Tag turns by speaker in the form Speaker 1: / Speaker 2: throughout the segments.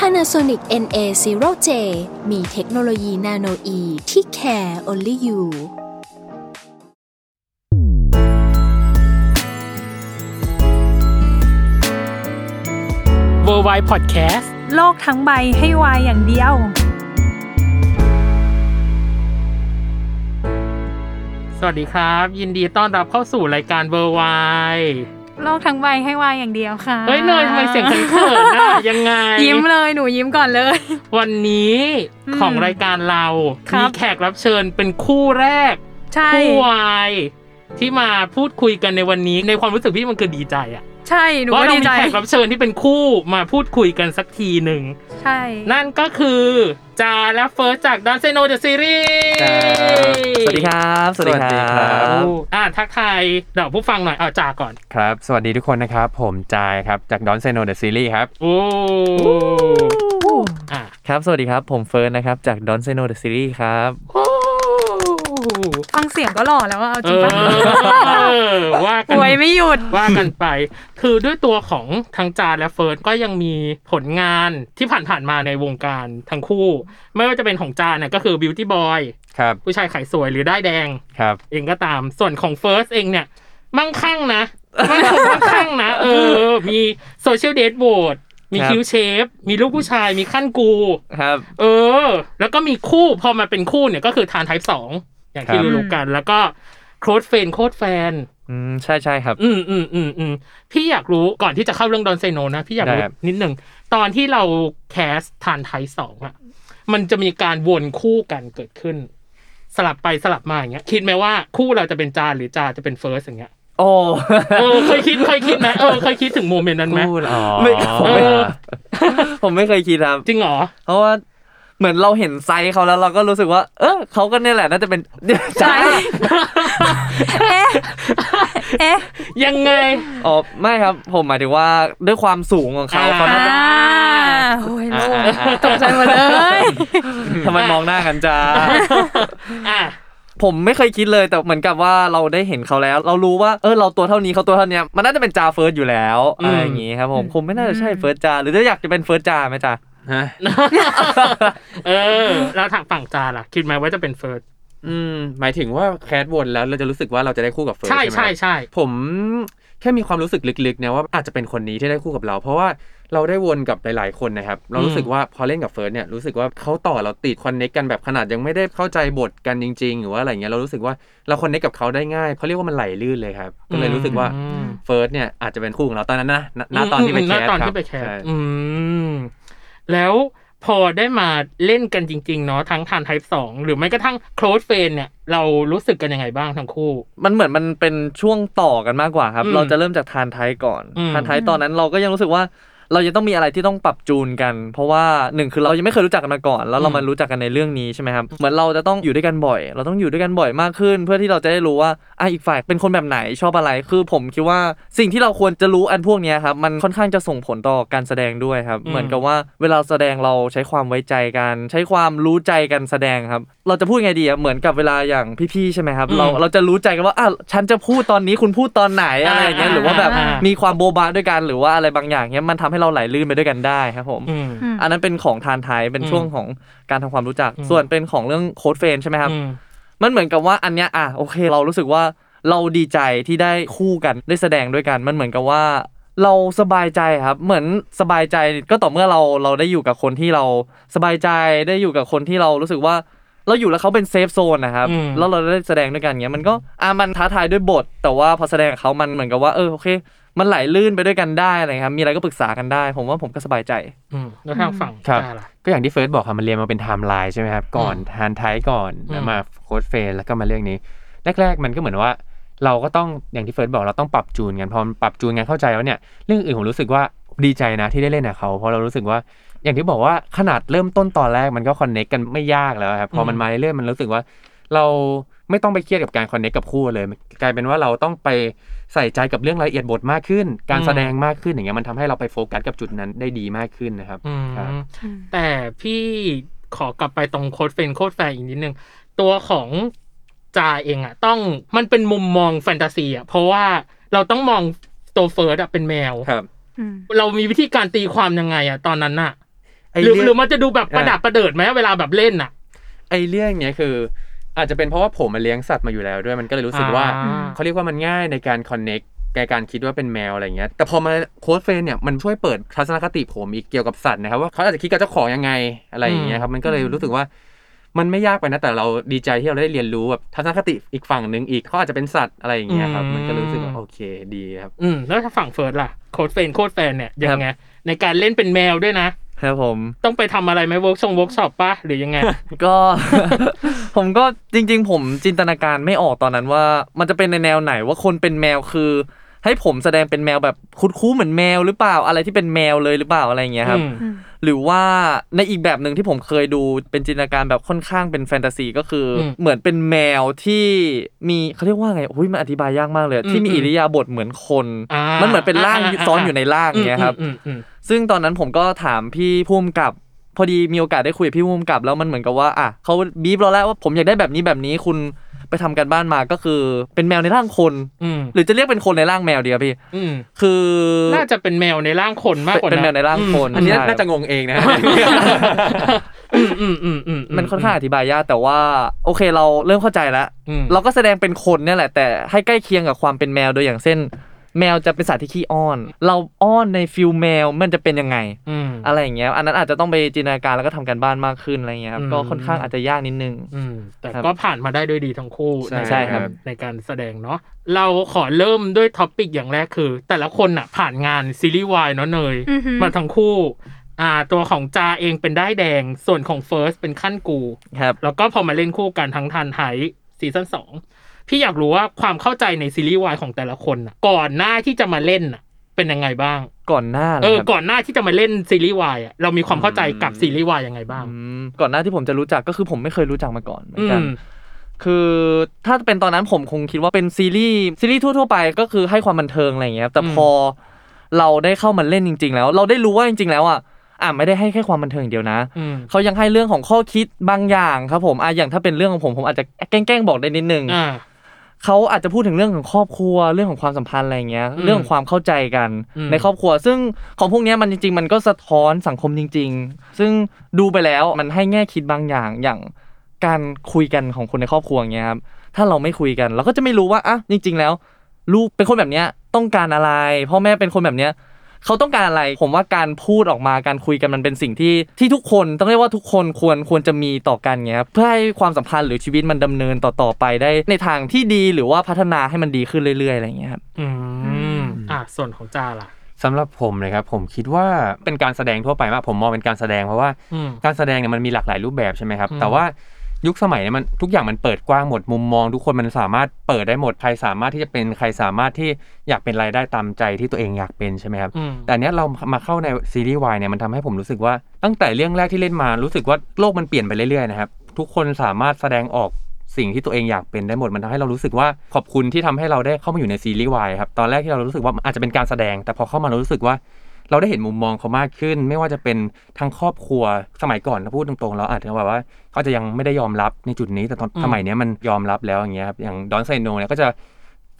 Speaker 1: Panasonic NA0J มีเทคโนโลยีนาโนอีที่ care only you
Speaker 2: เวอร์ไวพอดแคสต์
Speaker 3: โลกทั้งใบให้วายอย่างเดียว
Speaker 2: สวัสดีครับ ยินดีต้อนรับเข้าสู่รายการเวอร์ไว
Speaker 3: โลกทั้งใบให้วายอย่างเดียวค่ะ
Speaker 2: เฮ้ยเนยทำไมเสียงเขินเขินๆ อะยังไง
Speaker 3: ยิ้มเลยหนูยิ้มก่อนเลย
Speaker 2: วันนี้
Speaker 3: อืม
Speaker 2: ของรายการเรา
Speaker 3: ครั
Speaker 2: มี
Speaker 3: บ
Speaker 2: แขกรับเชิญเป็นคู่แรก
Speaker 3: ใช่
Speaker 2: คู่วายที่มาพูดคุยกันในวันนี้ ในความรู้สึกพี่มันคือดีใจอะ
Speaker 3: ใช่หนู
Speaker 2: ว่า
Speaker 3: ก็
Speaker 2: เรา
Speaker 3: ดี
Speaker 2: มี
Speaker 3: ใจ
Speaker 2: แขกรับเชิญที่เป็นคู่มาพูดคุยกันสักทีหนึ่ง
Speaker 3: ใช่
Speaker 2: นั่นก็คือจาและเฟิร์สจากดอนเซโนเดอะซีรีส์
Speaker 4: สวัสดีครับ สวัสดีครั
Speaker 2: อ้าว
Speaker 4: บ
Speaker 2: อ่ะทักทายเดี๋ยวผู้ฟังหน่อยเอาจาก่อน
Speaker 4: ครับ สวัสดีทุกคนนะครับ ผมจายครับ จากดอนเซโนเดอะซีรีส์ครับ
Speaker 2: โอ้อ่ะ
Speaker 5: ครับ สวัสดีครับ ผมเฟิร์นนะครับ จากดอนเซโนเดอะซีรีส์ครับ
Speaker 3: ฟังเสียงก็หล่อแล้วว่าเอา
Speaker 2: เอ
Speaker 3: จริงปะ
Speaker 2: อว่ากั
Speaker 3: ป่วยไม่หยุด
Speaker 2: ว่ากันไป คือด้วยตัวของทางจานและเฟิร์สก็ยังมีผลงานที่ผ่านๆมาในวงการทั้งคู่ ไม่ว่าจะเป็นของจานเนี่ยก็คือ Beauty Boy
Speaker 4: ครับ
Speaker 2: ผู้ชายขายสวยหรือได้ายแดง
Speaker 4: ครับ
Speaker 2: เองก็ตามส่วนของเฟิร์สเองเนี่ย มั่งคั่งนะ มั่งคงมั่งคั่งนะ เออ มีโซเชียลเดทโบดมี
Speaker 4: ครับ
Speaker 2: คิวเชฟมีลูกผู้ชายมีขั้นกู
Speaker 4: ครับ
Speaker 2: เออ แล้วก็มีคู่พอมาเป็นคู่เนี่ยก็คือทานไทป์สองอย่างที่
Speaker 4: ครับ
Speaker 2: รู้ๆกัน แล้วก็โคดเฟนโคดแฟน
Speaker 5: อืม ใช่ใช่ครับ
Speaker 2: อืมอืมอืมอืมพี่อยากรู้ก่อนที่จะเข้าเรื่องดอนเซโนนะ พี่อยากรู้
Speaker 4: ได้ครับ
Speaker 2: นิดหนึ่งตอนที่เราแคสทานไทป์สองอะมันจะมีการวนคู่กันเกิดขึ้น สลับไปสลับมาอย่างเงี้ย คิดไหมว่าคู่เราจะเป็นจานหรือจาจะเป็นเฟิร์ส อย่างเงี้ย
Speaker 5: โอ้
Speaker 2: เออเคยคิดเคยคิดไหมเออเคยคิดถึงโมเมนต์นั้นไหม
Speaker 5: พูดเหรอ
Speaker 4: ไม่
Speaker 5: ไม่ผมไม่
Speaker 2: เออ
Speaker 5: ผมไม่เคยคิดครับ
Speaker 2: จริงเหรอ
Speaker 5: เพราะว่าเหมือนเราเห็นไซส์เขาแล้วเราก็รู้สึกว่า เออเขาก็เนี่ยแหละน่าจะเป็น
Speaker 3: ใช่ เอ๊ะเอ๊ะ
Speaker 2: ยังไง
Speaker 5: อ๋อไม่ครับ ผมหมายถึงว่าด้วยความสูงของเขา
Speaker 2: อ่า
Speaker 5: เขา
Speaker 3: อ่า
Speaker 5: น่าจะ
Speaker 3: โอ้ย
Speaker 5: อ่า
Speaker 3: โล่ง
Speaker 5: อ่าอ่า
Speaker 3: ตกใจหมดเลย
Speaker 5: ทำไมมองหน้ากันจ้า
Speaker 2: อ่ะ
Speaker 5: ผมไม่เคยคิดเลยแต่เหมือนกับว่าเราได้เห็นเขาแล้ว เรารู้ว่าเออเราตัวเท่านี้เขาตัวเท่าเนี้ยมันน่าจะเป็นจาเฟิร์สอยู่แล้ว
Speaker 2: อืม
Speaker 5: อะไรอย่างงี้ครับผมคงไม่น่าจะใช่เฟิร์สจาหรือจะอยากจะเป็นเฟิร์สจาไหมจ๊ะ
Speaker 4: ฮะ
Speaker 2: เออ แล้วทางฝั่งจาล่ะ คิดไหมว่าจะเป็นเฟิร์ส
Speaker 4: อืม หมายถึงว่าแคสวนแล้วเราจะรู้สึกว่าเราจะได้คู่กับเฟิร์ส
Speaker 2: ใช่
Speaker 4: ใช่ไหม
Speaker 2: ใช่
Speaker 4: ครับ
Speaker 2: ใช่
Speaker 4: ผมแค่มีความรู้สึกลึกๆนะว่าอาจจะเป็นคนนี้ที่ได้คู่กับเรา เพราะว่าเราได้วนกับหลาย ๆ คนนะครับ เรารู้สึกว่าพอเล่นกับเฟิร์สเนี่ยรู้สึกว่าเขาต่อเราติดคอนเนคกันแบบขนาดยังไม่ได้เข้าใจบทกันจริง ๆ หรือว่าอะไรเงี้ยเรารู้สึกว่าเราคอนเนคกับเขาได้ง่ายเขาเรียกว่ามันไหลลื่นเลยครับก็เลยรู้สึกว่า เฟิร์สเนี่ยอาจจะเป็นคู่ของเราตอนนั้นนะณณตอนที่ไป
Speaker 2: ม
Speaker 4: แคส
Speaker 2: ณตอน
Speaker 4: ครับ
Speaker 2: ที่ไปแคส
Speaker 4: ใช่
Speaker 2: อืม แล้วพอได้มาเล่นกันจริง ๆ เนาะทั้งทานไทป์สองหรือไม่กระทั่งโค f เฟนเนี่ย เรารู้สึกกันยังไงบ้างทั้งคู่
Speaker 5: มันเหมือนมันเป็นช่วงต่อกันมากกว่าครับ
Speaker 2: อืม
Speaker 5: เราจะเริ่มจากทานไทยก่อน
Speaker 2: อืม
Speaker 5: ทานไทยตอนนั้นเราก็ยังรู้สึกว่า เรายังต้องมีอะไรที่ต้องปรับจูนกัน เพราะว่าหนึ่งคือเรายังไม่เคยรู้จักกันมาก่อน แล้วเรา
Speaker 2: อืม
Speaker 5: มารู้จักกันในเรื่องนี้ใช่ไหมครับเหมือนเราจะต้องอยู่ด้วยกันบ่อย เราต้องอยู่ด้วยกันบ่อยมากขึ้น เพื่อที่เราจะได้รู้ว่าอ่ะอีกฝ่ายเป็นคนแบบไหนชอบอะไรคือผมคิดว่าสิ่งที่เราควรจะรู้อันพวกเนี้ยครับมันค่อนข้างจะส่งผลต่อการแสดงด้วยครับ
Speaker 2: อืม
Speaker 5: เหมือนกับว่าเวลาแสดงเราใช้ความไว้ใจกัน ใช้ความรู้ใจกันแสดงครับ เราจะพูดไงดีอะเหมือนกับเวลาอย่างพี่ๆใช่ไหมครับ
Speaker 2: อืม
Speaker 5: เราเราจะรู้ใจกันว่าอ่ะฉันจะพูดตอนนี้คุณพูดตอนไหนอะไรอย่างเงี้ย
Speaker 2: อ่า
Speaker 5: หรือว่าแบบ
Speaker 2: อ่ามี
Speaker 5: มีความโบบาด้วยกันหรือว่าอะไรบางอย่างเงี้ยมันทำให้เราไหลลื่นไปด้วยกันได้ครับผม
Speaker 2: อืม
Speaker 3: อืม
Speaker 5: อันนั้นเป็นของทานไทยเป็น
Speaker 2: อืม
Speaker 5: ช่วงของการทำความรู้จัก
Speaker 2: อืม
Speaker 5: ส่วนเป็นของเรื่องโค้ดเฟรนใช่ไหมครับ
Speaker 2: อืม
Speaker 5: มันเหมือนกับว่าอันเนี้ยอ่ะโอเค เรารู้สึกว่าเราดีใจที่ได้คู่กันได้แสดงด้วยกัน มันเหมือนกับว่า เราสบายใจครับเหมือนสบายใจก็ต่อเมื่อเราเราได้อยู่กับคนที่เราสบายใจได้อยู่กับคนที่เรารู้สึกว่าเราอยู่แล้วเขาเป็นเซฟโซนนะครับ
Speaker 2: อืม
Speaker 5: แล้วเราได้แสดงด้วยกันเงี้ยมันก็อ่ะมันท้าทายด้วยบท แต่ว่าพอแสดงกับเขามันเหมือนกับว่าเออโอเค มันไหลลื่นไปด้วยกันได้อะไรครับมีอะไรก็ปรึกษากันได้ ผมว่าผมก็สบายใจ
Speaker 2: อืมแล้วทางฝั่ง
Speaker 4: ครับ
Speaker 2: จาล่ะ
Speaker 4: ก็อย่างที่เฟิร์สบอกค่ะมันเรียนมาเป็นไทม์ไลน์ใช่ไหมครับ ก่อนทานไทยก่อน
Speaker 2: อืม
Speaker 4: แล้วมาโค้ดเฟนแล้วก็มาเรื่องนี้ แรก ๆ มันก็เหมือนว่า เราก็ต้องอย่างที่เฟิร์สบอกเราต้องปรับจูนกันพอมันปรับจูนกันเข้าใจแล้วเนี่ยเรื่องอื่นผมรู้สึกว่าดีใจนะที่ได้เล่นกับเขาเพราะเรารู้สึกว่า อย่างที่บอกว่าขนาดเริ่มต้นตอนแรกมันก็คอนเน็กกันไม่ยากแล้วครับพอมัน
Speaker 2: อืม
Speaker 4: มาเรื่อยๆมันรู้สึกว่า เราไม่ต้องไปเครียดกับการคอนเน็กกับคู่เลย กลายเป็นว่าเราต้องไปใส่ใจกับเรื่องรายละเอียดบทมากขึ้น การแสดงมากขึ้นอย่างเงี้ยมันทำให้เราไปโฟกัสกับจุดนั้นได้ดีมากขึ้นนะครับ
Speaker 2: อืม
Speaker 4: ครับ
Speaker 2: แต่พี่ขอกลับไปตรงโค้ดเฟรนด์โค้ดแฟร์อีกนิดนึง ตัวของจาเองอะต้องมันเป็นมุมมองแฟนตาซีอะเพราะว่าเราต้องมองตัวเฟิร์สอะเป็นแมว
Speaker 4: ครับ
Speaker 3: อืม
Speaker 2: เรามีวิธีการตีความยังไงอะตอนนั้นอะ
Speaker 4: ไอ้
Speaker 2: หรือ
Speaker 4: เรื่
Speaker 2: ห
Speaker 4: อ
Speaker 2: รือง มันจะดูแบบประดับประเดิดไหมเวลาแบบเล่นอะ
Speaker 4: ไอ้เรื่องเนี้ยคือ อาจจะเป็นเพราะว่าผมมาเลี้ยงสัตว์มาอยู่แล้วด้วยมันก็เลยรู้สึกว่า
Speaker 2: อ่
Speaker 4: เขาเรียกว่ามันง่ายในการคอนเน็กในการคิดว่าเป็นแมวอะไรเงี้ย แต่พอมาโค้ดเฟรนเนี่ยมันช่วยเปิดทัศนคติผมอีกเกี่ยวกับสัตว์นะครับว่าเขาอาจจะคิดกับเจ้าของยังไงอะไรอย่างเงี้ยครับมันก็เลยรู้สึกว่า มันไม่ยากไปนะแต่เราดีใจที่เราได้เรียนรู้แบบทัศนคติอีกฝั่งหนึ่งอีกเขาอาจจะเป็นสัตว์อะไรอย่างเงี้ยครับมันก็เลยรู้สึกว่าโอเคดีครับ
Speaker 2: อืมแล้วถ้าฝั่งเฟิร์สล่ะโค้ดเฟรนด์โค้ดแฟร์เนี่ยยังไงในการเล่นเป็นแมวด้วยนะ
Speaker 5: ครับผม
Speaker 2: ต้องไปทำอะไรไหมเวิร์กชงเวิร์กช็อปปะหรือยังไง
Speaker 5: ก็ ผมก็จริง ๆ ผมจินตนาการไม่ออกตอนนั้นว่า มันจะเป็นในแนวไหนว่าคนเป็นแมวคือ ให้ผมแสดงเป็นแมวแบบคุ้นคู้เหมือนแมวหรือเปล่าอะไรที่เป็นแมวเลยหรือเปล่าอะไรอย่างเงี้ยครับ
Speaker 2: อืม
Speaker 3: อืม
Speaker 5: หรือว่าในอีกแบบหนึ่งที่ผมเคยดูเป็นจินตนาการแบบค่อนข้างเป็นแฟนตาซีก็คืออ
Speaker 2: ม
Speaker 5: เหมือนเป็นแมวที่มีเขาเรียกว่าไงอุ้ยมันอธิบายยากมากเลยอะ
Speaker 2: อืม
Speaker 5: ที่มี
Speaker 2: อืม
Speaker 5: อิริยาบถเหมือนคน
Speaker 2: อ่ามั
Speaker 5: มันเหมือนเป็นร่าง
Speaker 2: อ่าอ่า
Speaker 5: ซ้อนอยู่ในร่างอย่างเงี้ยครับ
Speaker 2: อืมอืมอืม
Speaker 5: ซึ่งตอนนั้นผมก็ถามพี่พุ่มกับ พอดีมีโอกาสได้คุยกับพี่พุ่มกับ แล้วมันเหมือนกับว่าอ่ะเขาบีบเราแล้วว่าผมอยากได้แบบนี้แบบนี้คุณไปทำกันบ้านมาก็คือเป็นแมวในร่างคน
Speaker 2: อืม
Speaker 5: หรือจะเรียกเป็นคนในร่างแมวดีครับพี่
Speaker 2: อืม
Speaker 5: คือ
Speaker 2: น่าจะเป็นแมวในร่างคนมากกว่าะ
Speaker 5: เป็นแมวในร่างคน
Speaker 2: อืม
Speaker 4: อันนี้
Speaker 5: ใช่
Speaker 4: น่าจะงงเองนะ
Speaker 2: อืมอืมอืมอืม
Speaker 5: มันค่อนข้างอธิบายยากแต่ว่า โอเคเราเริ่มเข้าใจแล้ว
Speaker 2: อืม
Speaker 5: เราก็แสดงเป็นคนเนี่ยแหละแต่ให้ใกล้เคียงกับความเป็นแมวโดยอย่างเช่น แมวจะเป็นสัตว์ที่ขี้อ้อน เราอ้อนในฟิลแมวมันจะเป็นยังไง
Speaker 2: อืม
Speaker 5: อะไรอย่างเงี้ยอันนั้นอาจจะต้องไปจินตนาการแล้วก็ทำการบ้านมากขึ้นอะไรเงี้ยครับ
Speaker 2: อืม
Speaker 5: ก็ค่อนข้างอาจจะยากนิดนึง
Speaker 2: อืมแต่
Speaker 5: ครับ
Speaker 2: ก็ผ่านมาได้ด้วยดีทั้งคู่
Speaker 4: ใช่
Speaker 2: น
Speaker 5: ใช่ครับ
Speaker 2: ในการแสดงเนาะเราขอเริ่มด้วยท็อปิกอย่างแรกคือ แต่ละคนอ่ะผ่านงานซีรีส์วายเนาะเนย
Speaker 3: อือฮึ
Speaker 2: มาทั้งคู่ อ่า ตัวของจาเองเป็นได้ายแดงส่วนของเฟิร์สเป็นขั้นกู
Speaker 5: ครับ
Speaker 2: แล้วก็พอมาเล่นคู่กันทั้งทันไทยซีซั่นสองพี่อยากรู้ว่าความเข้าใจในซีรีส์วายของแต่ละคนน่ะก่อนหน้าที่จะมาเล่นน่ะ เป็นยังไงบ้าง
Speaker 5: ก่อนหน้าหร
Speaker 2: เออ
Speaker 5: ครับ
Speaker 2: ก่อนหน้าที่จะมาเล่นซีรีส์วายอ่ะเรามีความเข้าใจกับ
Speaker 4: อืม
Speaker 2: ซีรีส์วายยังไงบ้าง
Speaker 5: อืมก่อนหน้าที่ผมจะรู้จักก็คือผมไม่เคยรู้จักมาก่อนเหมือ
Speaker 2: อื
Speaker 5: นกัน
Speaker 2: ม
Speaker 5: คือถ้าเป็นตอนนั้นผมคงคิดว่าเป็นซีรีส์ซีรีส์ทั่วๆไปก็คือให้ความบันเทิงอะไรอย่างเงี้ยครับแต่
Speaker 2: อืม
Speaker 5: พอเราได้เข้ามาเล่นจริง ๆ แล้ว เราได้รู้ว่าจริง ๆ แล้วอ่ะอ่ะไม่ได้ให้แค่ความบันเทิงอย่างเดียวนะ
Speaker 2: อืม
Speaker 5: เขายังให้เรื่องของข้อคิดบางอย่างครับผมอ่ะอย่างถ้าเป็นเรื่องของผมผมอาจจะแกล้งๆบอกได้นิดนึง
Speaker 2: อ่า
Speaker 5: เขาอาจจะพูดถึงเรื่องของครอบครัวเรื่องของความสัมพันธ์อะไรอย่างเงี้ย
Speaker 2: อืม
Speaker 5: เรื่องของความเข้าใจกัน
Speaker 2: อืม
Speaker 5: ในครอบครัว ซึ่งของพวกเนี้ยมันจริง ๆ มันก็สะท้อนสังคมจริง ๆ ซึ่งดูไปแล้วมันให้แง่คิดบางอย่างอย่างการคุยกันของคนในครอบครัวอย่างเงี้ยครับถ้าเราไม่คุยกันเราก็จะไม่รู้ว่าอ่ะจริง ๆ แล้ว ลูกเป็นคนแบบเนี้ยต้องการอะไรพ่อแม่เป็นคนแบบเนี้ยเขาต้องการอะไร ผมว่าการพูดออกมาการคุยกันมันเป็นสิ่งที่ที่ทุกคนต้องเรียกว่าทุกคนควรควรจะมีต่อกันเงี้ยครับเพื่อให้ความสัมพันธ์หรือชีวิตมันดำเนินต่อต่อไปได้ในทางที่ดีหรือว่าพัฒนาให้มันดีขึ้นเรื่อยๆอะไรเงี้ยครับ
Speaker 2: อืมอ่าส่วนของจาล่ะ
Speaker 4: สำหรับผมนะครับผมคิดว่าเป็นการแสดงทั่วไปมากผมมองเป็นการแสดงเพราะว่า
Speaker 2: อืม
Speaker 4: การแสดงเนี่ยมันมีหลากหลายรูปแบบใช่ไหมครับ
Speaker 2: อืม
Speaker 4: แต่ว่ายุคสมัยเนี่ยมันทุกอย่างมันเปิดกว้างหมดมุมมอง ทุกคนมันสามารถเปิดได้หมดใครสามารถที่จะเป็นใครสามารถที่อยากเป็นรายได้ตามใจที่ตัวเองอยากเป็นใช่ไหมครับ
Speaker 2: อืม
Speaker 4: แต่อันเนี้ยเรามาเข้าในซีรีส์วายเนี่ยมันทำให้ผมรู้สึกว่า ตั้งแต่เรื่องแรกที่เล่นมารู้สึกว่าโลกมันเปลี่ยนไปเรื่อยๆนะครับทุกคนสามารถแสดงออกสิ่งที่ตัวเองอยากเป็นได้หมดมันทำให้เรารู้สึกว่าขอบคุณที่ทำให้เราได้เข้ามาอยู่ในซีรีส์วายครับตอนแรกที่เรารู้สึกว่ามันอาจจะเป็นการแสดง แต่พอเข้ามาเรารู้สึกว่า เราได้เห็นมุมมองเขามากขึ้น ไม่ว่าจะเป็นทางครอบครัวสมัยก่อนถ้าพูดตรงๆ เราอาจจะแบบว่าเขาจะยังไม่ได้ยอมรับในจุดนี้แต่ตอน
Speaker 2: อืม
Speaker 4: สมัยเนี้ยมันยอมรับแล้วอย่างเงี้ยครับอย่างดอนไซโนเนี่ยก็จะ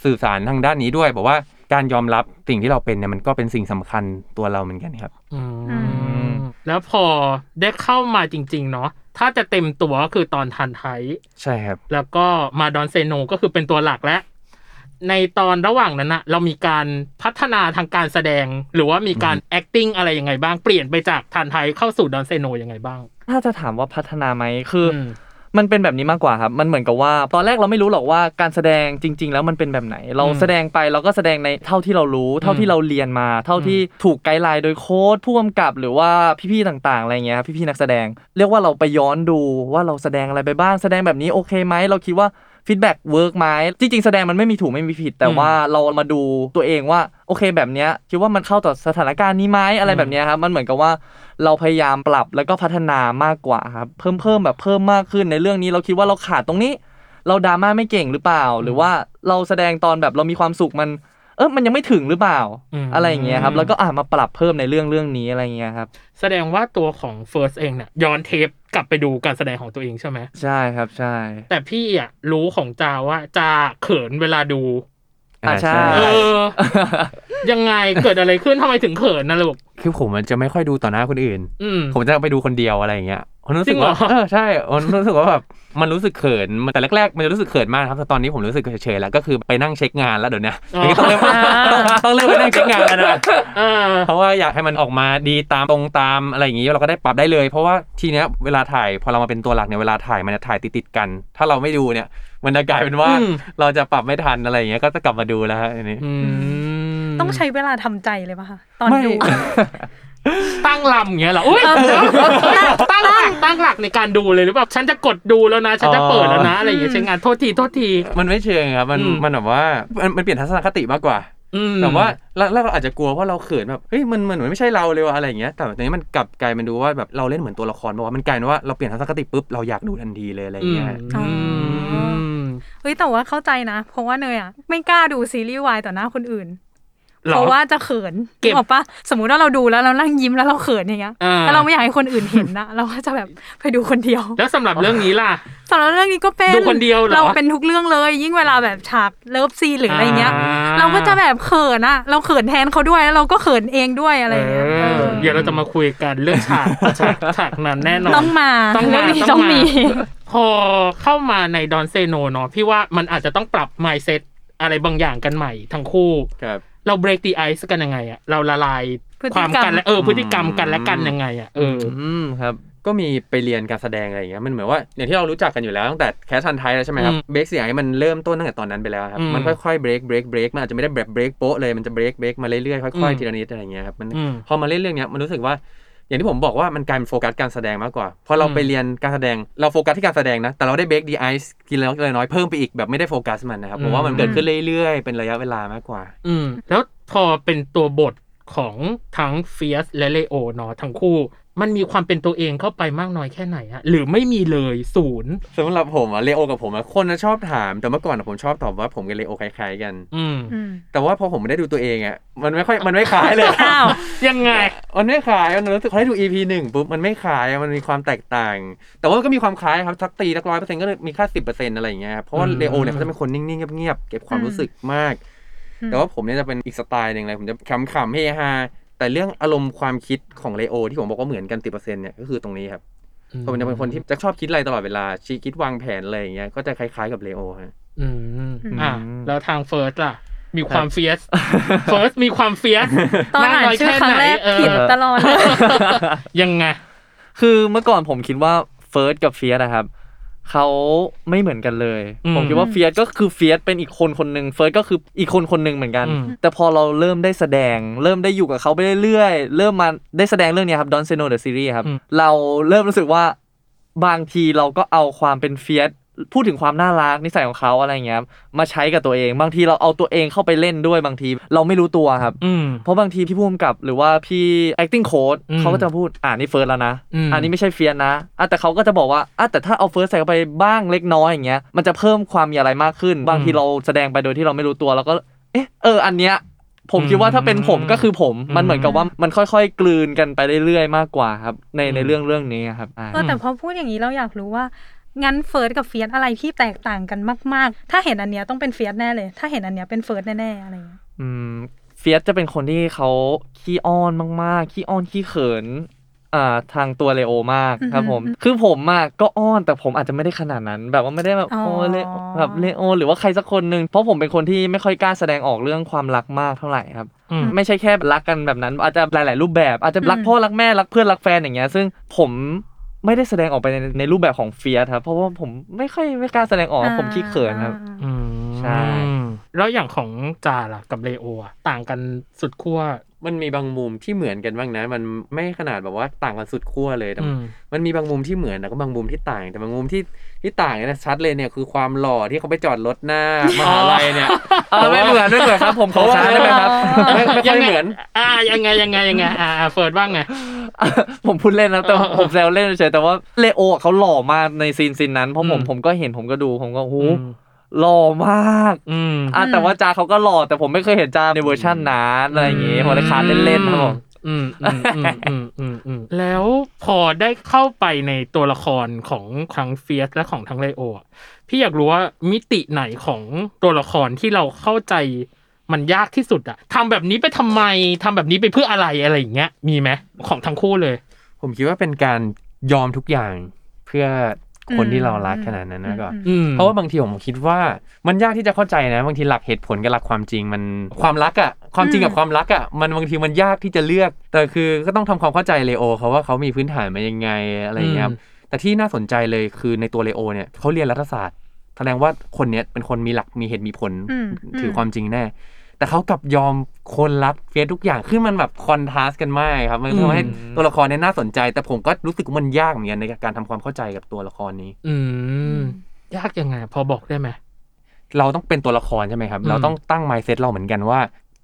Speaker 4: สื่อสารทางด้านนี้ด้วยบอกว่าการยอมรับสิ่งที่เราเป็นเนี่ยมันก็เป็นสิ่งสำคัญตัวเราเหมือนกันครับ
Speaker 2: อื
Speaker 3: อื
Speaker 2: ม แล้วพอได้เข้ามาจริง ๆ เนาะถ้าจะเต็มตัวก็คือตอนทันไทย
Speaker 4: ใช่ครับ
Speaker 2: แล้วก็มาดอนเซโนก็คือเป็นตัวหลักแล้ว ในตอนระหว่างนั้นอะเรามีการพัฒนาทางการแสดง หรือว่ามีการ acting อะไรยังไงบ้างเปลี่ยนไปจากทันไทยเข้าสู่ดอนเซโนยังไงบ้าง
Speaker 5: ถ้าจะถามว่าพัฒนาไหมคืออ
Speaker 2: ม
Speaker 5: มันเป็นแบบนี้มากกว่าครับ มันเหมือนกับว่า ตอนแรกเราไม่รู้หรอกว่าการแสดงจริง ๆ แล้วมันเป็นแบบไหน เรา
Speaker 2: อืม
Speaker 5: แสดงไปเราก็แสดงในเท่าที่เรารู้ เท่าที่เราเรียนมา เท่าที่ถูกไกด์ไลน์โดยโค้ชผู้กำกับหรือว่าพี่ๆต่างๆอะไรเงี้ยครับพี่ๆนักแสดง เรียกว่าเราไปย้อนดูว่าเราแสดงอะไรไปบ้างแสดงแบบนี้โอเคไหมเราคิดว่า ฟีดแบ็กเวิร์กไหมจริง ๆ แสดงมันไม่มีถูกไม่มีผิด แต่
Speaker 2: อืม
Speaker 5: ว่าเรามาดูตัวเองว่าโอเคแบบเนี้ยคิดว่ามันเข้าต่อสถานการณ์นี้ไหมอะไรแบบเนี้ยครับมันเหมือนกับว่าเราพยายามปรับแล้วก็พัฒนามากกว่าครับเพิ่มเพิ่มแบบเพิ่มมากขึ้นในเรื่องนี้เราคิดว่าเราขาดตรงนี้ เราดราม่าไม่เก่งหรือเปล่า หรือว่าเราแสดงตอนแบบเรามีความสุขมันเออมันยังไม่ถึงหรือเปล่า
Speaker 2: อืม
Speaker 5: อะไรอย่างเงี้ยครับแล้วก็อ่ามาปรับเพิ่มในเรื่องเรื่องนี้อะไรอย่างเงี้ยครับ
Speaker 2: แสดงว่าตัวของเฟิร์สเองเนี่ยย้อนเทปกลับไปดูการแสดงของตัวเองใช่ไหม
Speaker 5: ใช่ครับใช่
Speaker 2: แต่พี่อ่ะรู้ของจาว่าจาเขินเวลาดู
Speaker 5: อ่าใช่
Speaker 2: เออ ยังไงเกิดอะไรขึ้นทำไมถึงเขินนะลูก
Speaker 4: คือผมมันจะไม่ค่อยดูต่อหน้าคนอื่น
Speaker 2: อืม
Speaker 4: ผมจะไปดูคนเดียวอะไรอย่างเงี้ยผมรู้สึกว่า
Speaker 2: จริงเหรอ
Speaker 4: เออใช่ผมรู้สึกว่าแบบมันรู้สึกเขินมันแต่แรกๆ มันจะรู้สึกเขินมากนะครับแต่ตอนนี้ผมรู้สึกเฉยๆแล้วก็คือไปนั่งเช็คงานแล้วเดี๋ยวเนี้ย
Speaker 2: อ๋อ
Speaker 4: ต้องเริ่ม ต้องเริ่มไปนั่งเช็คงานแล้วนะ
Speaker 2: เออ
Speaker 4: เพราะว่าอยากให้มันออกมาดีตามตรงตามอะไรอย่างนี้เราก็ได้ปรับได้เลย เพราะว่าทีเนี้ยเวลาถ่ายพอเรามาเป็นตัวหลักเนี่ยเวลาถ่ายมันจะถ่ายติดติดๆกัน ถ้าเราไม่ดูเนี่ยมันจะกลายเป็นว่า
Speaker 2: อืม
Speaker 4: เราจะปรับไม่ทันอะไรอย่างเงี้ยก็จะกลับมาดูแล้วฮะอันนี้
Speaker 2: อืม
Speaker 3: ต้องใช้เวลาทำใจเลยป่ะคะตอนดู
Speaker 2: ตั้งลำอย่างเงี้ยเหรออุ้ยตั้งหลักตั้งหลักในการดูเลยหรือเปล่าฉันจะกดดูแล้วนะ ฉันจะเปิดแล้วนะ อะไรอย่างเงี้ยใช้งานโทษทีโทษที
Speaker 4: มันไม่เชิงครับมัน
Speaker 2: อืม
Speaker 4: มันแบบว่ามันมันเปลี่ยนทัศนคติมากกว่า
Speaker 2: อืม
Speaker 4: แต่ว่าแรกๆเราอาจจะกลัวว่าเราเขินแบบเฮ้ยมันมันเหมือนไม่ใช่เราเลยว่ะอะไรอย่างเงี้ยแต่ตอนนี้มันกลับกลายเป็นดูว่าแบบเราเล่นเหมือนตัวละครบอกว่ามันกลายเป็นว่าเราเปลี่ยนทัศนคติปุ๊บเราอยากดูทันทีเลยอะไรอย่างเงี้ย
Speaker 3: อ๋อ เฮ้ยแต่ว่าเข้าใจนะ เพราะว่าเนยอ่ะไม่กล้าดูซีรีส์วายต่อหน้าคนอื่น
Speaker 2: หรอ
Speaker 3: เพราะว่าจะเขิน
Speaker 2: เก็บ
Speaker 3: นึออกปะสมมุติว่าเราดูแล้วเรานั่งยิ้มแล้วเราเขินอย่างเงี้ย
Speaker 2: อ่
Speaker 3: ถ้าเราไม่อยากให้คนอื่นเห็นนะ เราก็จะแบบไปดูคนเดียว
Speaker 2: แล้วสำหรับเรื่องนี้ล่ะ
Speaker 3: สำหรับเรื่องนี้ก็เป็น
Speaker 2: ดูคนเดียวเหรอ
Speaker 3: เราเป็นทุกเรื่องเลย ยิ่งเวลาแบบฉากเลิฟซีนหรืออะไรเงี้ย
Speaker 2: อ่
Speaker 3: เราก็จะแบบเขินอะเราเขินแทนเขาด้วยแล้วเราก็เขินเองด้วยอะไรอย่างเงี้ย
Speaker 2: เออ
Speaker 3: เออ
Speaker 2: เดี๋ยวเราจะมาคุยกันเรื่องฉาก ฉากฉากนั้นแน่นอน
Speaker 3: ต้องมา
Speaker 2: ต้องมา
Speaker 3: เรื่นี้
Speaker 2: ต้
Speaker 3: ต้
Speaker 2: อ
Speaker 3: อง ง
Speaker 2: มามี
Speaker 3: มี
Speaker 2: พอเข้ามาในดอนเซโนเนาะพี่ว่ามันอาจจะต้องปรับ mindset อะไรบางอย่างกันใหม่ทั้งคู่
Speaker 4: ครับ
Speaker 2: เรา break the ice กันยังไงอะเราละลาย
Speaker 3: พฤติ
Speaker 2: ค
Speaker 3: กร
Speaker 2: วาร ม
Speaker 3: ม
Speaker 2: กันและเออพฤติกรรมกันและกันยังไงอะเอออ
Speaker 5: อืมครับ
Speaker 4: ก็มีไปเรียนการแสดงอะไรอย่างเงี้ยมันเหมือนว่าอย่างที่เรารู้จักกันอยู่แล้วตั้งแต่แคสทันไทยแล้วใช่ไหมครับ
Speaker 2: อืม
Speaker 4: เบรกเสียงมันเริ่มต้นตั้งแต่ตอนนั้นไปแล้วครับ
Speaker 2: อืม
Speaker 4: มันค่อยๆเบรกเบรกเบรกมันอาจจะไม่ได้แบบเบรกโป๊ะเลยมันจะเบรกเบรกมาเรื่อยๆ
Speaker 2: อื
Speaker 4: ค่อย
Speaker 2: ม
Speaker 4: ๆทีละนิดอะไรอย่างเงี้ยครับมัน
Speaker 2: อืม
Speaker 4: พอมาเล่นเรื่องเนี้ยมันรู้สึกว่า อย่างที่ผมบอกว่ามันกลายเป็นโฟกัสการแสดงมากกว่าพอเรา
Speaker 2: อืม
Speaker 4: ไปเรียนการแสดงเราโฟกัสที่การแสดงนะแต่เราได้เบรกดีไอซ์กินแล้วเลยน้อยๆเพิ่มไปอีกแบบไม่ได้โฟกัสมันนะครับผมว่ามันเกิดขึ้นเรื่อยๆ เป็นระยะเวลามากกว่า
Speaker 2: อืมแล้วพอเป็นตัวบทของทั้งเฟียสและเลโอเนาะทั้งคู่ มันมีความเป็นตัวเองเข้าไปมากน้อยแค่ไหนอะหรือไม่มีเลยศูนย์
Speaker 4: สำหรับผมอะเลโอกับผมอะคนน่ะชอบถาม แต่เมื่อก่อนอะผมชอบตอบว่าผมกับเลโอคล้ายๆกัน
Speaker 2: อืม
Speaker 3: อืม
Speaker 4: แต่ว่าพอผมไม่ได้ดูตัวเองอะมันไม่ค่อยมันไม่คล้ายเลย
Speaker 3: อ้าว
Speaker 2: ยังไง
Speaker 4: มันไม่คล้ายมันรู้สึกพอได้ดู EP หนึ่งปุ๊บมันไม่คล้ายมันมีความแตกต่าง แต่ว่ามันก็มีความคล้ายครับสักตีสักร้อยเปอร์เซ็นต์ก็เลยมีค่าสิบเปอร์เซ็นต์อะไรอย่างเงี้ยครับเพราะว่า
Speaker 2: อืม
Speaker 4: เลโอเนี่ยเขาจะเป็นคนนิ่งๆเงียบๆเก็บความ
Speaker 3: อืม
Speaker 4: รู้สึกมาก
Speaker 3: อืม
Speaker 4: แต่ว่าผมเนี่ยจะเป็นอีกสไตล์หนึ่งเลยผมจะขำๆเฮฮาแต่เรื่องอารมณ์ความคิดของเลโอที่ผมบอกว่าเหมือนกันสิบเปอร์เซ็นต์เนี่ยก็คือตรงนี้ครับผมจะเป็นคนที่จะชอบคิดอะไรตลอดเวลาชีคิดวางแผนอะไรอย่างเงี้ยก็จะคล้ายๆกับเลโอฮะ
Speaker 2: อืมอ่ะ
Speaker 5: อืม
Speaker 2: แล้วทางเฟิร์สล่ะ มีความเฟียส เฟิร์สมีความเฟียส
Speaker 3: ตอนอ่าน
Speaker 2: มกย
Speaker 3: ชื่อครั้งแรก
Speaker 2: แค่ไหน
Speaker 3: ผิด
Speaker 2: เออ
Speaker 3: ตลอดเลย
Speaker 2: ยังไง
Speaker 5: คือเมื่อก่อนผมคิดว่าเฟิร์สกับเฟียสนะครับเขาไม่เหมือนกันเลย
Speaker 2: อืม
Speaker 5: ผมคิดว่าเฟียสก็คือเฟียสเป็นอีกคนคนหนึ่งเฟิร์สก็คืออีกคนคนหนึ่งเหมือนกัน
Speaker 2: อืม
Speaker 5: แต่พอเราเริ่มได้แสดง เริ่มได้อยู่กับเขาไปเรื่อยๆเริ่มมาได้แสดงเรื่องเนี้ยครับดอนเซโนเดอะซีรีส์ครับเราเริ่มรู้สึกว่าบางทีเราก็เอาความเป็นเฟียสพูดถึงความน่ารักนิสัยของเขาอะไรอย่างเงี้ยครับมาใช้กับตัวเอง บางทีเราเอาตัวเองเข้าไปเล่นด้วยบางที เราไม่รู้ตัวครับ
Speaker 2: อืม
Speaker 5: เพราะบางทีพี่พุ่มกับหรือว่าพี่ acting coach
Speaker 2: อืม
Speaker 5: เขาก็จะพูดอ่านี่เฟิร์สแล้วนะ
Speaker 2: อืม
Speaker 5: นนี้ไม่ใช่เฟียสนะอ่ะแต่เขาก็จะบอกว่าอ่ะแต่ถ้าเอาเฟิร์สใส่เข้าไปบ้างเล็กน้อยอย่างเงี้ยมันจะเพิ่มความมีอะไรมากขึ้น บางทีเราแสดงไปโดยที่เราไม่รู้ตัวเราก็เอ๊ะเอออันเนี้ยผมคิดว่าถ้าเป็นผมก็คือผมมันเหมือนกับว่ามันค่อยๆ กลืนกันไปเรื่อยๆมากกว่าครับ ในในเรื่องเรื่องนี้ครับอ่า
Speaker 3: เออแต่พอพูดอย่างนี้เราอยากรู้ว่า งั้นเฟิร์สกับเฟียสอะไรที่แตกต่างกันมาก ๆ ถ้าเห็นอันเนี้ยต้องเป็นเฟียสแน่เลย ถ้าเห็นอันเนี้ยเป็นเฟิร์สแน่ ๆ อะไรอย่างเงี้ย
Speaker 5: อืมเฟียสจะเป็นคนที่เขาขี้อ้อนมากๆขี้อ้อนขี้เขินอ่าทางตัวเลโอมากครับผม
Speaker 3: อือฮึ
Speaker 5: คือผมอะก็อ้อนแต่ผมอาจจะไม่ได้ขนาดนั้น แบบว่าไม่ได้แบบ
Speaker 3: อ๋อ
Speaker 5: โอ้เลโอแบบเลโอหรือว่าใครสักคนหนึ่งเพราะผมเป็นคนที่ไม่ค่อยกล้าแสดงออกเรื่องความรักมากเท่าไหร่ครับ
Speaker 2: อืม
Speaker 5: ไม่ใช่แค่รักกันแบบนั้น อาจจะหลาย ๆ รูปแบบอาจจะรัก
Speaker 3: อืม
Speaker 5: พ่อรักแม่รักเพื่อนรักแฟนอย่างเงี้ยซึ่งผมไม่ได้แสดงออกไปในในรูปแบบของเฟียสครับเพราะว่าผมไม่ค่อยไม่กล้าแสดงออกผมขี้เขินครับ
Speaker 3: อ่า
Speaker 2: อืม
Speaker 5: ใช่
Speaker 2: แล้วอย่างของจาล่ะกับเลโออะต่างกันสุดขั้ว
Speaker 4: มันมีบางมุมที่เหมือนกันบ้างนะ มันไม่ขนาดแบบว่าต่างกันสุดขั้วเลยแต่
Speaker 2: อืม
Speaker 4: มันมีบางมุมที่เหมือนแล้วก็บางมุมที่ต่าง แต่บางมุมที่ที่ต่างเนี่ยนะชัดเลยเนี่ยคือความหล่อที่เขาไปจอดรถหน้ามหาลัยเนี่ย
Speaker 5: เออไม่เหมือนไม่เหมือนครับ ผมขอช้าได้ไหมครับ
Speaker 4: ไม่ไม่ค่อยเหมือน
Speaker 2: อ่ายังไงยังไงยังไงอ่าอ่าเฟิร์ดบ้างไง
Speaker 5: ผมพูดเล่นนะแต่ว่า
Speaker 2: เออ
Speaker 5: ผมแซวเล่นเฉยๆแต่ว่าเลโอเขาหล่อมากในซีนซีนนั้นเพราะผม
Speaker 2: อืม
Speaker 5: ผมก็เห็นผมก็ดูผมก็โอ้โห
Speaker 2: อืม
Speaker 5: หล่อมาก
Speaker 2: อืม
Speaker 5: อ่ะ
Speaker 3: อืม
Speaker 5: แต่ว่าจาเขาก็หล่อแต่ผมไม่เคยเห็นจาในเวอร์ชันนั้นอะไรอย่างงี้ผมเลยคาดเล่นๆครับผม
Speaker 2: อืมอืมอืมอืมอืมอืมแล้วพอได้เข้าไปในตัวละครของทั้งเฟียสและของทั้งไลโออะพี่อยากรู้ว่ามิติไหนของตัวละครที่เราเข้าใจมันยากที่สุดอะทำแบบนี้ไปทำไมทำแบบนี้ไปเพื่ออะไรอะไรอย่างเงี้ยมีไหมของทั้งคู่เลย
Speaker 4: ผมคิดว่าเป็นการยอมทุกอย่างเพื่อคนที่เรารักขนาดนั้นนะก่อน
Speaker 2: อืม
Speaker 4: เพราะว่าบางทีผมคิดว่ามันยากที่จะเข้าใจนะ บางทีหลักเหตุผลกับหลักความจริงมันความรักอะความจริงกับความรักอะมันบางทีมันยากที่จะเลือก แต่คือก็ต้องทำความเข้าใจเลโอเขาว่าเขามีพื้นฐานมายังไงอะไรอย่างเงี้ยครับแต่ที่น่าสนใจเลยคือในตัวเลโอเนี่ยเขาเรียนรัฐศาสตร์แสดงว่าคนเนี้ยเป็นคนมีหลักมีเหตุมีผล
Speaker 3: อืม
Speaker 4: ถือความจริงแน่ แต่เขากลับยอมคนรักเฟียสทุกอย่างคือมันแบบคอนทราสต์กันมากครับมันทำให้
Speaker 5: อืม
Speaker 4: ตัวละครเนี่ยน่าสนใจ แต่ผมก็รู้สึกว่ามันยากเหมือนกันในการทำความเข้าใจกับตัวละครนี้
Speaker 2: อืม ยากยังไง พอบอกได้ไหม
Speaker 4: เราต้องเป็นตัวละครใช่ไหมครับ
Speaker 2: อืม
Speaker 4: เราต้องตั้ง mindset เราเหมือนกันว่า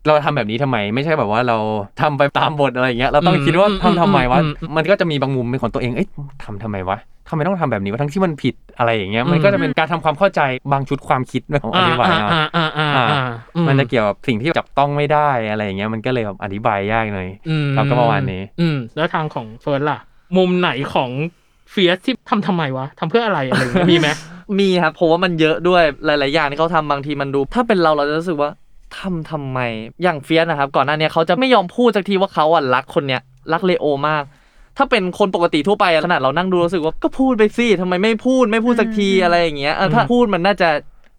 Speaker 4: เราทำแบบนี้ทำไม ไม่ใช่แบบว่าเราทำไปตามบทอะไรอย่างเงี้ยเราต้องคิดว่าทำทำไมวะมันก็จะมีบางมุมเป็นของตัวเองเอ๊ะทำทำไมวะทำไมต้องทำแบบนี้วะทั้งที่มันผิดอะไรอย่างเงี้ยมันก็จะเป็นการทำความเข้าใจบางชุดความคิดของอธิบายเอา
Speaker 2: อ่าอ่าอ่าอ่าอ่า
Speaker 4: มั
Speaker 2: มั
Speaker 4: นจะเกี่ยวกับสิ่งที่จับต้องไม่ได้อะไรอย่างเงี้ยมันก็เลยแบบอธิบายยากหน่อย
Speaker 2: อืม
Speaker 4: ครับก็ประมาณนี้
Speaker 2: อืม แล้วทางของเฟิร์สล่ะ มุมไหนของเฟียสที่ทำทำไมวะทำเพื่ออะไรอะไรอย่างเงี้ยมีไหม
Speaker 5: มีครับเพราะว่ามันเยอะด้วยหลาย ๆ อย่างที่เขาทำบางทีมันดู ถ้าเป็นเราเราจะรู้สึกว่าทำทำไมอย่างเฟียสนะครับ ก่อนหน้าเนี้เขาจะไม่ยอมพูดสักทีว่าเขาอ่ะรักคนเนี้ยรักเลโอมาก ถ้าเป็นคนปกติทั่วไปอะขนาดเรานั่งดูรู้สึกว่าก็พูดไปสิทำไมไม่พูดไม่พูดสักที
Speaker 3: อืม
Speaker 5: อะไรอย่างเงี้ยเออถ้า
Speaker 2: อืม
Speaker 5: พูดมันน่าจะ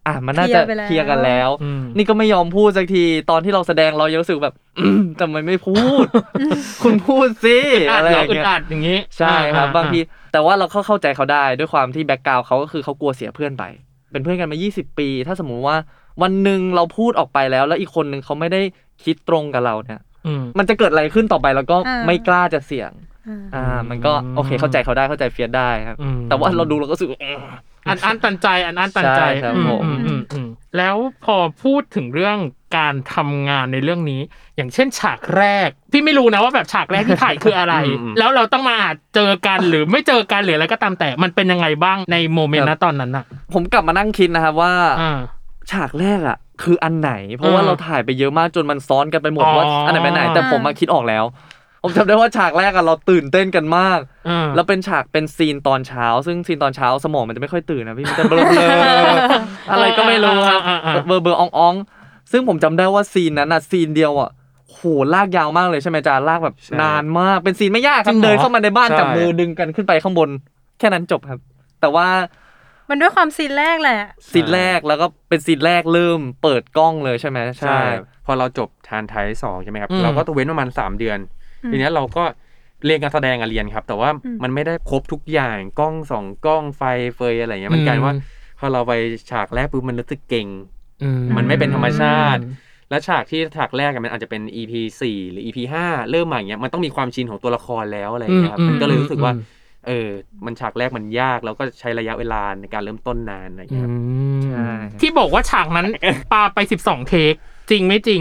Speaker 5: อ่ะมันน่าจะ
Speaker 3: เค
Speaker 5: เค
Speaker 3: ลี
Speaker 5: ลี
Speaker 3: ย
Speaker 5: ย
Speaker 3: ร์
Speaker 5: ร์
Speaker 3: ไปแล้ว
Speaker 5: กันแล้ว
Speaker 2: อืม
Speaker 5: นี่ก็ไม่ยอมพูดสักทีตอนที่เราแสดงเรายังรู้สึกแบบ อืมทำไมไม่พู ด คุณพูดสิ
Speaker 2: อัด
Speaker 5: อะไรอ
Speaker 2: เรา
Speaker 5: ย่าง
Speaker 2: อึ
Speaker 5: เงี้
Speaker 2: ด
Speaker 5: ย
Speaker 2: อัดอย่างงี้
Speaker 5: ใช่ครับ
Speaker 2: อ่
Speaker 5: บางทีแต่ว่าเราก็เข้าใจเขาได้ด้วยความที่แบ็กกราวเขาก็คือเขากลัวเสียเพื่อนไป เป็นเพื่อนกันมา 20 ปี ถ้าสมมุติว่าวันหนึ่งเราพูดออกไปแล้ว แล้วอีกคนหนึ่งเขาไม่ได้คิดตรงกับเราเนี่ย
Speaker 2: อืม
Speaker 5: มันจะเกิดอะไรขึ้นต่อไปเราก็
Speaker 3: อ่า
Speaker 5: ไม่กล้าจะเสี่ยง
Speaker 3: อ่า
Speaker 5: อ่า มันก็
Speaker 2: อืม
Speaker 5: โอเคเข้าใจเขาได้เข้าใจเฟียสได้ครับ
Speaker 2: อืม
Speaker 5: แต่ว่าเราดูเราก็รู้สึก
Speaker 2: อันอันตันใจอันอันตันใจ
Speaker 5: ใช่ครับ
Speaker 2: อืม
Speaker 5: ผม
Speaker 2: อืมอืมอืมแล้วพอพูดถึงเรื่องการทำงานในเรื่องนี้ อย่างเช่นฉากแรก พี่ไม่รู้นะว่าแบบฉากแรกที่ถ่ายคืออะไร
Speaker 4: อืมอืม
Speaker 2: แล้วเราต้องมาอาจเจอกันหรือไม่เจอกันหรืออะไรก็ตามแต่มันเป็นยังไงบ้างในโมเมนต์นะตอนนั้นอ่ะ
Speaker 5: ผมกลับมานั่งคิดนะครับว่า
Speaker 2: อ่า
Speaker 5: ฉากแรกอะคืออันไหน เพราะว่า
Speaker 2: เออ
Speaker 5: เราถ่ายไปเยอะมากจนมันซ้อนกันไปหมด
Speaker 2: อ๋อ
Speaker 5: ว่าอันไหนเป็นไหน แต่ผมมาคิดออกแล้ว ผมจำได้ว่าฉากแรกอะเราตื่นเต้นกันมาก
Speaker 2: อ่า
Speaker 5: แล้วเป็นฉากเป็นซีนตอนเช้า ซึ่งซีนตอนเช้าสมองมันจะไม่ค่อยตื่นนะพี่มันจะเบลอๆอะไรก็ไม่รู้ครับ
Speaker 2: อ่าอ่าอ่า
Speaker 5: เบลอเบลอๆอ่องๆ ซึ่งผมจำได้ว่าซีนนั้นอะซีนเดียวอะโหลากยาวมากเลยใช่ไหมจาลากแบบ
Speaker 4: ใช่
Speaker 5: นานมากเป็นซีนไม่ยาก
Speaker 2: จ
Speaker 5: ครั
Speaker 2: ริ
Speaker 5: บ
Speaker 2: งเหรอ
Speaker 5: เดินเข้ามาในบ้าน
Speaker 4: ใช่
Speaker 5: จับมือดึงกันขึ้นไปข้างบน แค่นั้นจบครับ แต่ว่า
Speaker 3: มันด้วยความซีนแรกแหละ
Speaker 5: ซีนแรกแล้วก็เป็นซีนแรกเริ่มเปิดกล้องเลยใช่ไหมใช่
Speaker 4: พอเราจบทานไทยสองใช่ไหมครับ
Speaker 2: อืม
Speaker 4: เราก็ตัวเว้นประมาณ 3 เดือน
Speaker 3: อืม
Speaker 4: ทีเนี้ยเราก็เรียนการแสดงอะเรียนครับ แต่ว่า
Speaker 3: อืม
Speaker 4: มันไม่ได้ครบทุกอย่างกล้องสองกล้องไฟเฟยอะไรเงี้ยมันกลายว่าพอเราไปฉากแรกปุ๊บมันรู้สึกเก่ง
Speaker 2: อื
Speaker 4: มันไม่เป็นธรรมชาติ และฉากที่ฉากแรกอะมันอาจจะเป็น EP 4 หรือ EP 5 เริ่มมาอย่างเงี้ยมันต้องมีความชินของตัวละครแล้วอะไร
Speaker 2: อื
Speaker 4: เงี้ยครับมันก็เลยรู้สึกว่า
Speaker 2: อืม
Speaker 4: เออมันฉากแรกมันยากแล้วก็ใช้ระยะเวลาในการเริ่มต้นนานอะไร
Speaker 2: อื
Speaker 4: เงี้ยครับ
Speaker 2: ม
Speaker 5: ใช่
Speaker 2: ที่บอกว่าฉากนั้น ปาไปสิบสองเทค จริงไม่จริง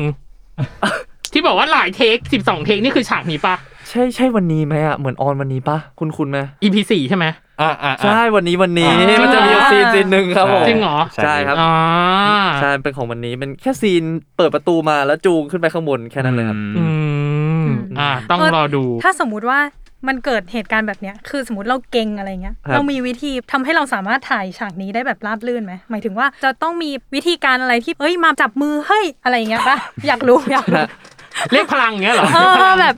Speaker 2: ที่บอกว่าหลายเทคสิบสองเทคนี่คือฉากนี้ปะ
Speaker 5: ใช่ใช่วันนี้ไหมอะเหมือนออนวันนี้ปะคุณคุณไหม
Speaker 2: EP สี่ใช่ไหม
Speaker 4: อ่ะอ่ะอ่ะ
Speaker 5: ใช่วันนี้วันนี้
Speaker 4: อ่ามั
Speaker 5: มันจะมีอยู่ซีนซีนหนึ่งครับผม
Speaker 2: จริงเหรอ
Speaker 5: ใช่ครับ
Speaker 2: อ๋อ
Speaker 5: ใช่เป็นของวันนี้เป็นแค่ซีนเปิดประตูมาแล้วจูงขึ้นไปข้างบนแค่นั้นเลยครับ
Speaker 4: อืม
Speaker 2: อืมอ่า ต้องรอดู
Speaker 3: ถ้าสมมุติว่ามันเกิดเหตุการณ์แบบเนี้ย คือสมมติเราเก่งอะไรเงี้ย
Speaker 5: ครับ
Speaker 3: เรามีวิธีทำให้เราสามารถถ่ายฉากนี้ได้แบบราบรื่นไหม หมายถึงว่าจะต้องมีวิธีการอะไรที่ เอ้ย มาจับมือ เฮ้ย อะไรเงี้ยปะ อยากรู้อยาก รู้
Speaker 2: เรียกพลังอย่างเงี้ยเหรอ
Speaker 3: เออแบบ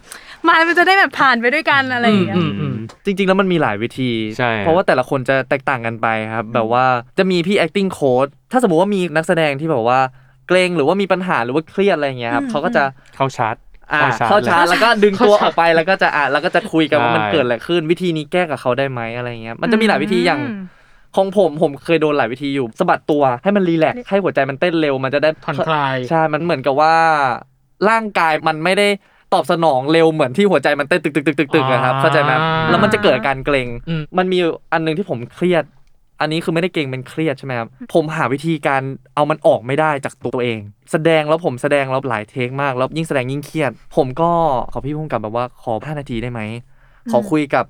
Speaker 3: มามันจะได้แบบผ่านไปด้วยกันอะไรอย่างเงี้ย
Speaker 2: อืมอืม
Speaker 5: จริง ๆ แล้วมันมีหลายวิธี
Speaker 4: ใช่
Speaker 5: เพราะว่าแต่ละคนจะแตกต่างกันไปครับ แบบว่าจะมีพี่ acting coach ถ้าสมมติว่ามีนักแสดงที่แบบว่าเกรงหรือว่ามีปัญหาหรือว่าเครียดอะไรอย่างเงี้ยครับ
Speaker 3: อืม
Speaker 5: เขาก็จะ
Speaker 4: เข้าชาร์จ
Speaker 5: อ่าเข้าชาร์จแล้วก็ดึงตัวออกไปแล้วก็จะอ่าแล้วก็จะคุยกันว่ามัน
Speaker 4: ใช่
Speaker 5: เกิดอะไรขึ้นวิธีนี้แก้กับเขาได้ไหมอะไรอย่างเงี้ยมันจะมีหลายวิธีอย่าง
Speaker 3: ม
Speaker 5: ของผมผมเคยโดนหลายวิธีอยู่สะบัดตัวให้มันรีแลกซ์ให้หัวใจมันเต้นเร็วมันจะได้
Speaker 2: ผ่อนคลาย
Speaker 5: ใช่ มันเหมือนกับว่า ร่างกายมันไม่ได้ ตอบสนองเร็วเหมือนที่หัวใจมันเต้นตึกตึกตึกตึกตึกอะครับ
Speaker 2: อ่า
Speaker 5: เข้าใจไหมแล้วมันจะเกิดอาการเกรง
Speaker 2: อืม
Speaker 5: มันมีอันหนึงที่ผมเครียด อันนี้คือไม่ได้เกรงเป็นเครียดใช่ไหมครับผมหาวิธีการเอามันออกไม่ได้จากตัวเอง แสดงแล้วผมแสดงแล้วหลายเทคมากแล้วยิ่งแสดงยิ่งเครียด ผมก็ขอพี่พุ่มกับแบบว่าขอ5นาทีได้ไหมขอคุยกับ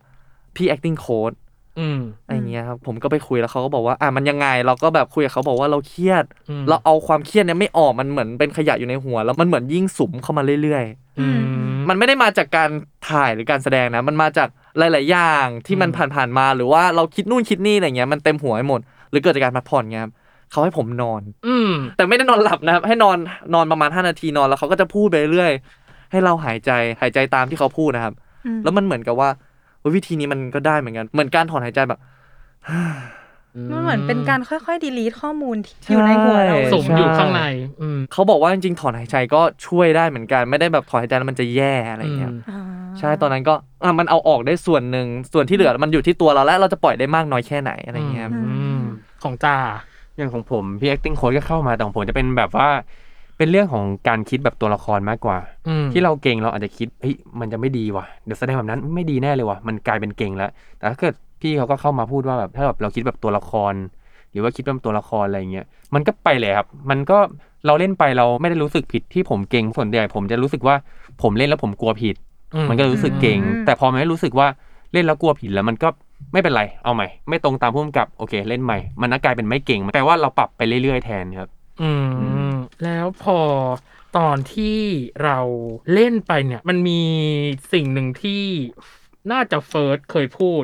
Speaker 5: พี่ acting coach
Speaker 2: อืม
Speaker 5: อะไรเงี้ยครับผมก็ไปคุยแล้วเขาก็บอกว่าอ่ะมันยังไงเราก็แบบคุยกับเขาบอกว่าเราเครียด
Speaker 2: อืม
Speaker 5: เราเอาความเครียดเนี่ยไม่ออกมันเหมือนเป็นขยะอยู่ในหัว แล้วมันเหมือนยิ่งสุมเข้ามาเรื่อย
Speaker 2: อืม
Speaker 5: ๆ มันไม่ได้มาจากการถ่ายหรือการแสดงนะ มันมาจากหลาย ๆ อย่างที่มัน
Speaker 2: อืม
Speaker 5: ผ่านๆมาหรือว่าเราคิดนู่นคิดนี่อะไรเงี้ยมันเต็มหัวไปหมด หรือเกิดจากการพักผ่อนเงี้ยครับเขาให้ผมนอน
Speaker 2: อืม
Speaker 5: แต่ไม่ได้นอนหลับนะครับให้นอนนอนประมาณ 5 นาทีนอนแล้วเขาก็จะพูดไปเรื่อยๆให้เราหายใจหายใจตามที่เขาพูดนะครับ
Speaker 3: อืม
Speaker 5: แล้วมันเหมือนกับว่าเฮ้ยวิธีนี้มันก็ได้เหมือนกันเหมือนการถอนหายใจแบบ
Speaker 3: มันเหมือนเป็นการค่อยๆดีลีทข้อมูลที่อยู่ในหัวเรา
Speaker 5: ใช่
Speaker 2: สมอยู่ข้างใน อืม
Speaker 5: เขาบอกว่าจริงๆถอนหายใจก็ช่วยได้เหมือนกันไม่ได้แบบถอนหายใจแล้วมันจะแย่อะไรเงี้ย
Speaker 3: อ่า
Speaker 5: ใช่ตอนนั้นก็อ่ะมันเอาออกได้ส่วนหนึ่งส่วนที่เหลือมันอยู่ที่ตัวเราและเราจะปล่อยได้มากน้อยแค่ไหนอะไรเงี้ย
Speaker 2: อืม ของจ่า
Speaker 4: อย่างของผมพี่ acting coach ก็เข้ามาแต่ของผมจะเป็นแบบว่า เป็นเรื่องของการคิดแบบตัวละครมากกว่า
Speaker 2: อืม
Speaker 4: ที่เราเก่งเราอาจจะคิดเฮ้ยมันจะไม่ดีว่ะเดี๋ยวแสดงแบบนั้นไม่ดีแน่เลยว่ะมันกลายเป็นเก่งแล้ว แต่ถ้าเกิดพี่เขาก็เข้ามาพูดว่าแบบถ้าแบบเราคิดแบบตัวละคร หรือว่าคิดแบบตัวละครอะไรอย่างเงี้ยมันก็ไปเลยครับ มันก็เราเล่นไปเราไม่ได้รู้สึกผิดที่ผมเก่งส่วนใหญ่ผมจะรู้สึกว่าผมเล่นแล้วผมกลัวผิด
Speaker 2: อืม
Speaker 4: มันก็รู้สึกเก่ง แต่พอมันไม่รู้สึกว่าเล่นแล้วกลัวผิดแล้วมันก็ไม่เป็นไรเอาใหม่ ไม่ตรงตามผู้กำกับโอเค เล่นใหม่ มันก็กลายเป็นไม่เก่งแปลว่าเราปรับไปเรื่อยๆแทนครับ
Speaker 2: อืม แล้วพอตอนที่เราเล่นไปเนี่ย มันมีสิ่งหนึ่งที่น่าจะเฟิร์สเคยพูด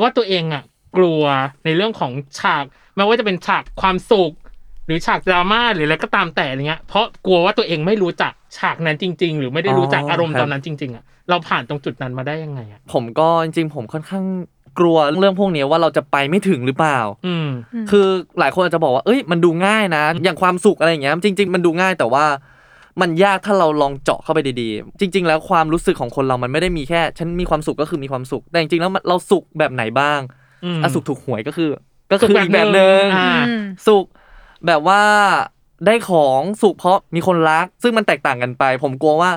Speaker 2: ว่าตัวเองอ่ะ กลัวในเรื่องของฉากไม่ว่าจะเป็นฉากความสุข หรือฉากดราม่าหรืออะไรก็ตามแต่อะไรเงี้ยเพราะกลัวว่าตัวเองไม่รู้จักฉากนั้นจริง ๆ หรือไม่ได้รู้จัก
Speaker 5: อ๋ออ
Speaker 2: อารมณ์
Speaker 5: ค
Speaker 2: ต
Speaker 5: รับ
Speaker 2: อนนั้นจริง ๆอ่ะเราผ่านตรงจุดนั้นมาได้ยังไงอ่ะ
Speaker 5: ผมก็จริงๆ ผมค่อนข้างกลัวเรื่องพวกเนี้ยว่าเราจะไปไม่ถึงหรือเปล่า
Speaker 2: อืม
Speaker 5: คือหลายคนอาจจะบอกว่าเอ้ยมันดูง่ายนะ อย่างความสุขอะไรอย่างเงี้ยจริง ๆ มันดูง่ายแต่ว่ามันยากถ้าเราลองเจาะเข้าไปดีๆ จริง ๆ แล้วความรู้สึกของคนเรามันไม่ได้มีแค่ ฉันมีความสุขก็คือมีความสุข แต่จริงๆแล้วมันเราสุขแบบไหนบ้าง
Speaker 2: อืม
Speaker 5: อะสุขถูกหวยก็คือ ก็คืออีกแบบหนึ่ง
Speaker 2: อ่า
Speaker 3: อืม
Speaker 5: สุขแบบว่าได้ของสุขเพราะมีคนรัก ซึ่งมันแตกต่างกันไป ผมกลัวว่า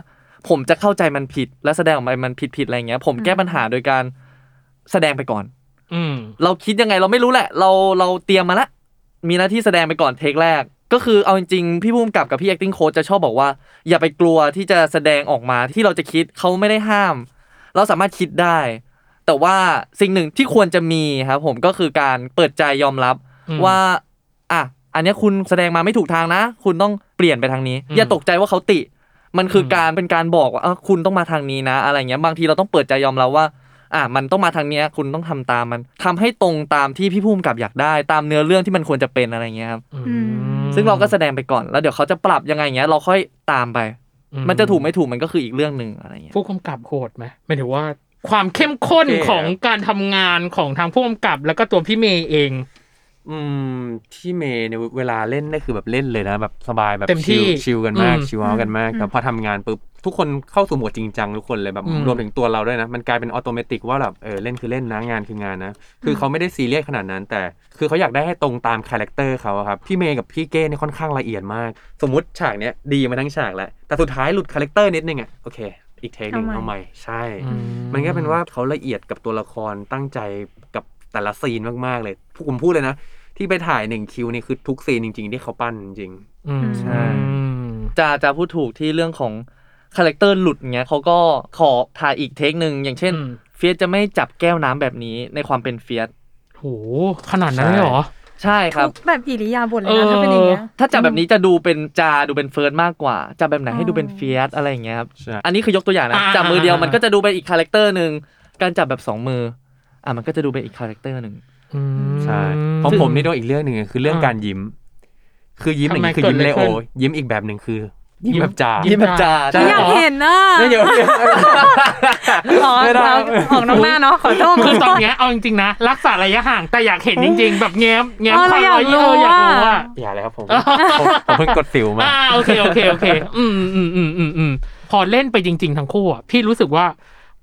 Speaker 5: ผมจะเข้าใจมันผิดและแสดงออกมามันผิดผิดๆอะไรเงี้ย ผมแก้ปัญหาโดยการแสดงไปก่อน
Speaker 2: อืม
Speaker 5: เราคิดยังไงเราไม่รู้แหละ เราเราเตรียมมาละมีหน้าที่แสดงไปก่อนเทคแรก ก็คือเอาจริงๆพี่ภูมิกับกับพี่ acting coach จะชอบบอกว่า อย่าไปกลัวที่จะแสดงออกมาที่เราจะคิดเขาไม่ได้ห้าม เราสามารถคิดได้ แต่ว่าสิ่งหนึ่งที่ควรจะมีครับผมก็คือการเปิดใจยอมรับ
Speaker 2: อืม
Speaker 5: ว่าอ่ะอันเนี้ยคุณแสดงมาไม่ถูกทางนะ คุณต้องเปลี่ยนไปทางนี้
Speaker 2: อืม
Speaker 5: อย่าตกใจว่าเขาติ มันคืออ
Speaker 2: ม
Speaker 5: การเป็นการบอกว่าเออคุณต้องมาทางนี้นะ อะไรเงี้ยบางทีเราต้องเปิดใจยอมรับว่า อ่ะมันต้องมาทางเนี้ยคุณต้องทำตามมันทำให้ตรงตามที่พี่ภูมิกับอยากได้ ตามเนื้อเรื่องที่มันควรจะเป็นอะไรเงี้ยครับ
Speaker 2: อืม
Speaker 5: ซึ่งเราก็แสดงไปก่อนแล้วเดี๋ยวเขาจะปรับยังไงเงี้ยเราค่อยตามไป
Speaker 2: อื
Speaker 5: มันจะถูกไม่ถูกมันก็คืออีกเรื่องหนึ่งอะไรเงี้ย
Speaker 2: ผู้กำกับโหดไหมหมายถึงว่า ความเข้มข้น
Speaker 4: โอเค
Speaker 2: ของการทำงานของทางผู้กำกับ แล้วก็ตัวพี่เมย์เอง
Speaker 4: อืมที่เมย์เนี่ยเวลาเล่นนี่คือแบบเล่นเลยนะแบบสบายแบบ
Speaker 2: เต็มที่
Speaker 4: ชิลชิลกันมาก
Speaker 2: อืม
Speaker 4: ชิลเอาท์กันมากแต่พอทำงานปุ๊บทุกคนเข้าสู่โหมดจริงจังทุกคนเลยแบบ
Speaker 2: อืม
Speaker 4: รวมถึงตัวเราด้วยนะ มันกลายเป็นออโตเมติกว่าแบบเออเล่นคือเล่นนะงานคืองานนะ คือเขาไม่ได้ซีเรียสขนาดนั้น แต่คือเขาอยากได้ให้ตรงตามคาแรคเตอร์เขาอะครับพี่เมย์กับพี่เก้เนี่ยค่อนข้างละเอียดมาก สมมติฉากเนี้ยดีมาทั้งฉากแล้วแต่สุดท้ายหลุดคาแรคเตอร์นิดนึงอ่ะโอเค อีกเทคนึง
Speaker 3: เอา
Speaker 4: เอา
Speaker 3: ให
Speaker 4: ให
Speaker 3: ม่
Speaker 4: ม่ใช่ มันก็เป็นว่าเขาละเอียดกับตัวละครตั้งใจกับแต่ละซีนมาก ๆ เลยผมพูดเลยนะ ที่ไปถ่ายหนึ่งคิวนี่คือทุกซีนจริง ๆ ที่เขาปั้นจริง
Speaker 2: อืม
Speaker 3: ใช่
Speaker 5: จะจะพูดถูกที่เรื่องของคาแรคเตอร์หลุดเงี้ยเขาก็ขอถ่ายอีกเทคหนึ่งอย่างเช่น
Speaker 2: อืม
Speaker 5: เฟียสจะไม่จับแก้วน้ำแบบนี้ในความเป็นเฟียส
Speaker 2: โหขนาดนั้นเลยเหรอ
Speaker 5: ใช่ครับ
Speaker 3: ทุกแบบอิริยาบถเลย
Speaker 2: เออ
Speaker 3: นะถ้าเป็นอย่างเงี้ย
Speaker 5: ถ้าจับแบบนี้จะดูเป็นจาดูเป็นเฟิร์สมากกว่าจับแบบไหนให้ดูเป็น
Speaker 3: อ๋อ
Speaker 5: เฟียสอะไรอย่างเงี้ยครับ
Speaker 4: ใช่
Speaker 5: อันนี้คือยกตัวอย่างนะ
Speaker 2: อ่า
Speaker 5: จับมือเดียว
Speaker 2: อ่ามั
Speaker 5: มันก็จะดูเป็นอีกคาแรคเตอร์หนึ่งการจับแบบสองมืออ่ะมันก็จะดูเป็นอีกคาแรคเตอร์หนึ่ง
Speaker 2: อืม
Speaker 4: ๆ ใช่ของผมนี่โดนอีกเรื่องหนึ่งอะคือเรื่อง
Speaker 2: อ่า
Speaker 4: การยิ้ม คือยิ้มอย่างนี้
Speaker 2: ทำไม
Speaker 4: คือยิ้ม
Speaker 2: เกิดอะไร
Speaker 4: เลโอ
Speaker 2: ขึ้น
Speaker 4: ยิ้มอีกแบบหนึ่งคือ ยิ้มแบบจ่า
Speaker 5: ยิ้มแบบจ่า
Speaker 4: ใช่
Speaker 3: ไม่อยากเห็นนะ
Speaker 4: ไม่เดี๋ยวเดี๋ยว
Speaker 3: อ๋อ
Speaker 4: ไม่ได้
Speaker 3: เราออกนอกหน้าเนาะขอโทษ
Speaker 2: คือตอน
Speaker 3: ขโทษ
Speaker 2: เนี้ยเอาจริงๆนะ รักษาระยะห่างแต่อยากเห็นจริง ๆ แบบแง้มแง้ม
Speaker 3: เออ
Speaker 2: ความ
Speaker 3: เราอยาก
Speaker 2: เออ
Speaker 3: รู้
Speaker 2: อยากรู้
Speaker 3: อะ
Speaker 2: ว่า
Speaker 4: อย่าเลยครับผมผมผมเพิ่งกดสิวมา
Speaker 2: อ่าโอเคโอเคโอเค อืมอืมอืมอืมอืมพอเล่นไปจริง ๆ ทั้งคู่อะพี่รู้สึกว่า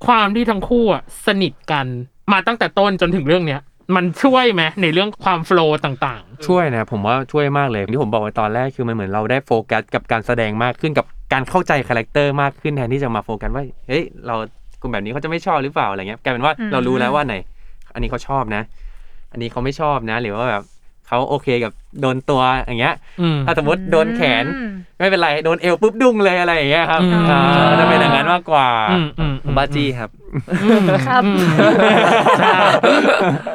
Speaker 2: ความที่ทั้งคู่อะสนิทกันมาตั้งแต่ต้นจนถึงเรื่องเนี้ย มันช่วยไหมในเรื่องความโฟลว์ต่าง
Speaker 4: ช่วยนะผมว่าช่วยมากเลยที่ผมบอกไว้ตอนแรกคือมันเหมือนเราได้โฟกัสกับการแสดงมากขึ้นกับ การเข้าใจคาแรคเตอร์มากขึ้นแทนที่จะมาโฟกัสว่าเฮ้ยเรากลุ่มแบบนี้เขาจะไม่ชอบหรือเปล่าอะไรเงี้ยกลายเป็นว่า
Speaker 3: อืม
Speaker 4: เรารู้แล้วว่าไหน อันนี้เขาชอบนะ อันนี้เขาไม่ชอบนะ หรือว่าแบบเขาโอเคกับโดนตัวอย่างเงี้ย
Speaker 2: อืม
Speaker 4: ถ้าสมมติโดนแขน
Speaker 3: อืม
Speaker 4: ไม่เป็นไรโดนเอวปุ๊บดุ้งเลยอะไรอย่างเงี้ยครับ
Speaker 2: อืม
Speaker 4: อ่าจะเป็นอย่างนั้นมากกว่า
Speaker 2: อืมอืม
Speaker 5: ผมบ้าจี้ครับ
Speaker 2: อืม
Speaker 3: ครับ
Speaker 2: อืมใช่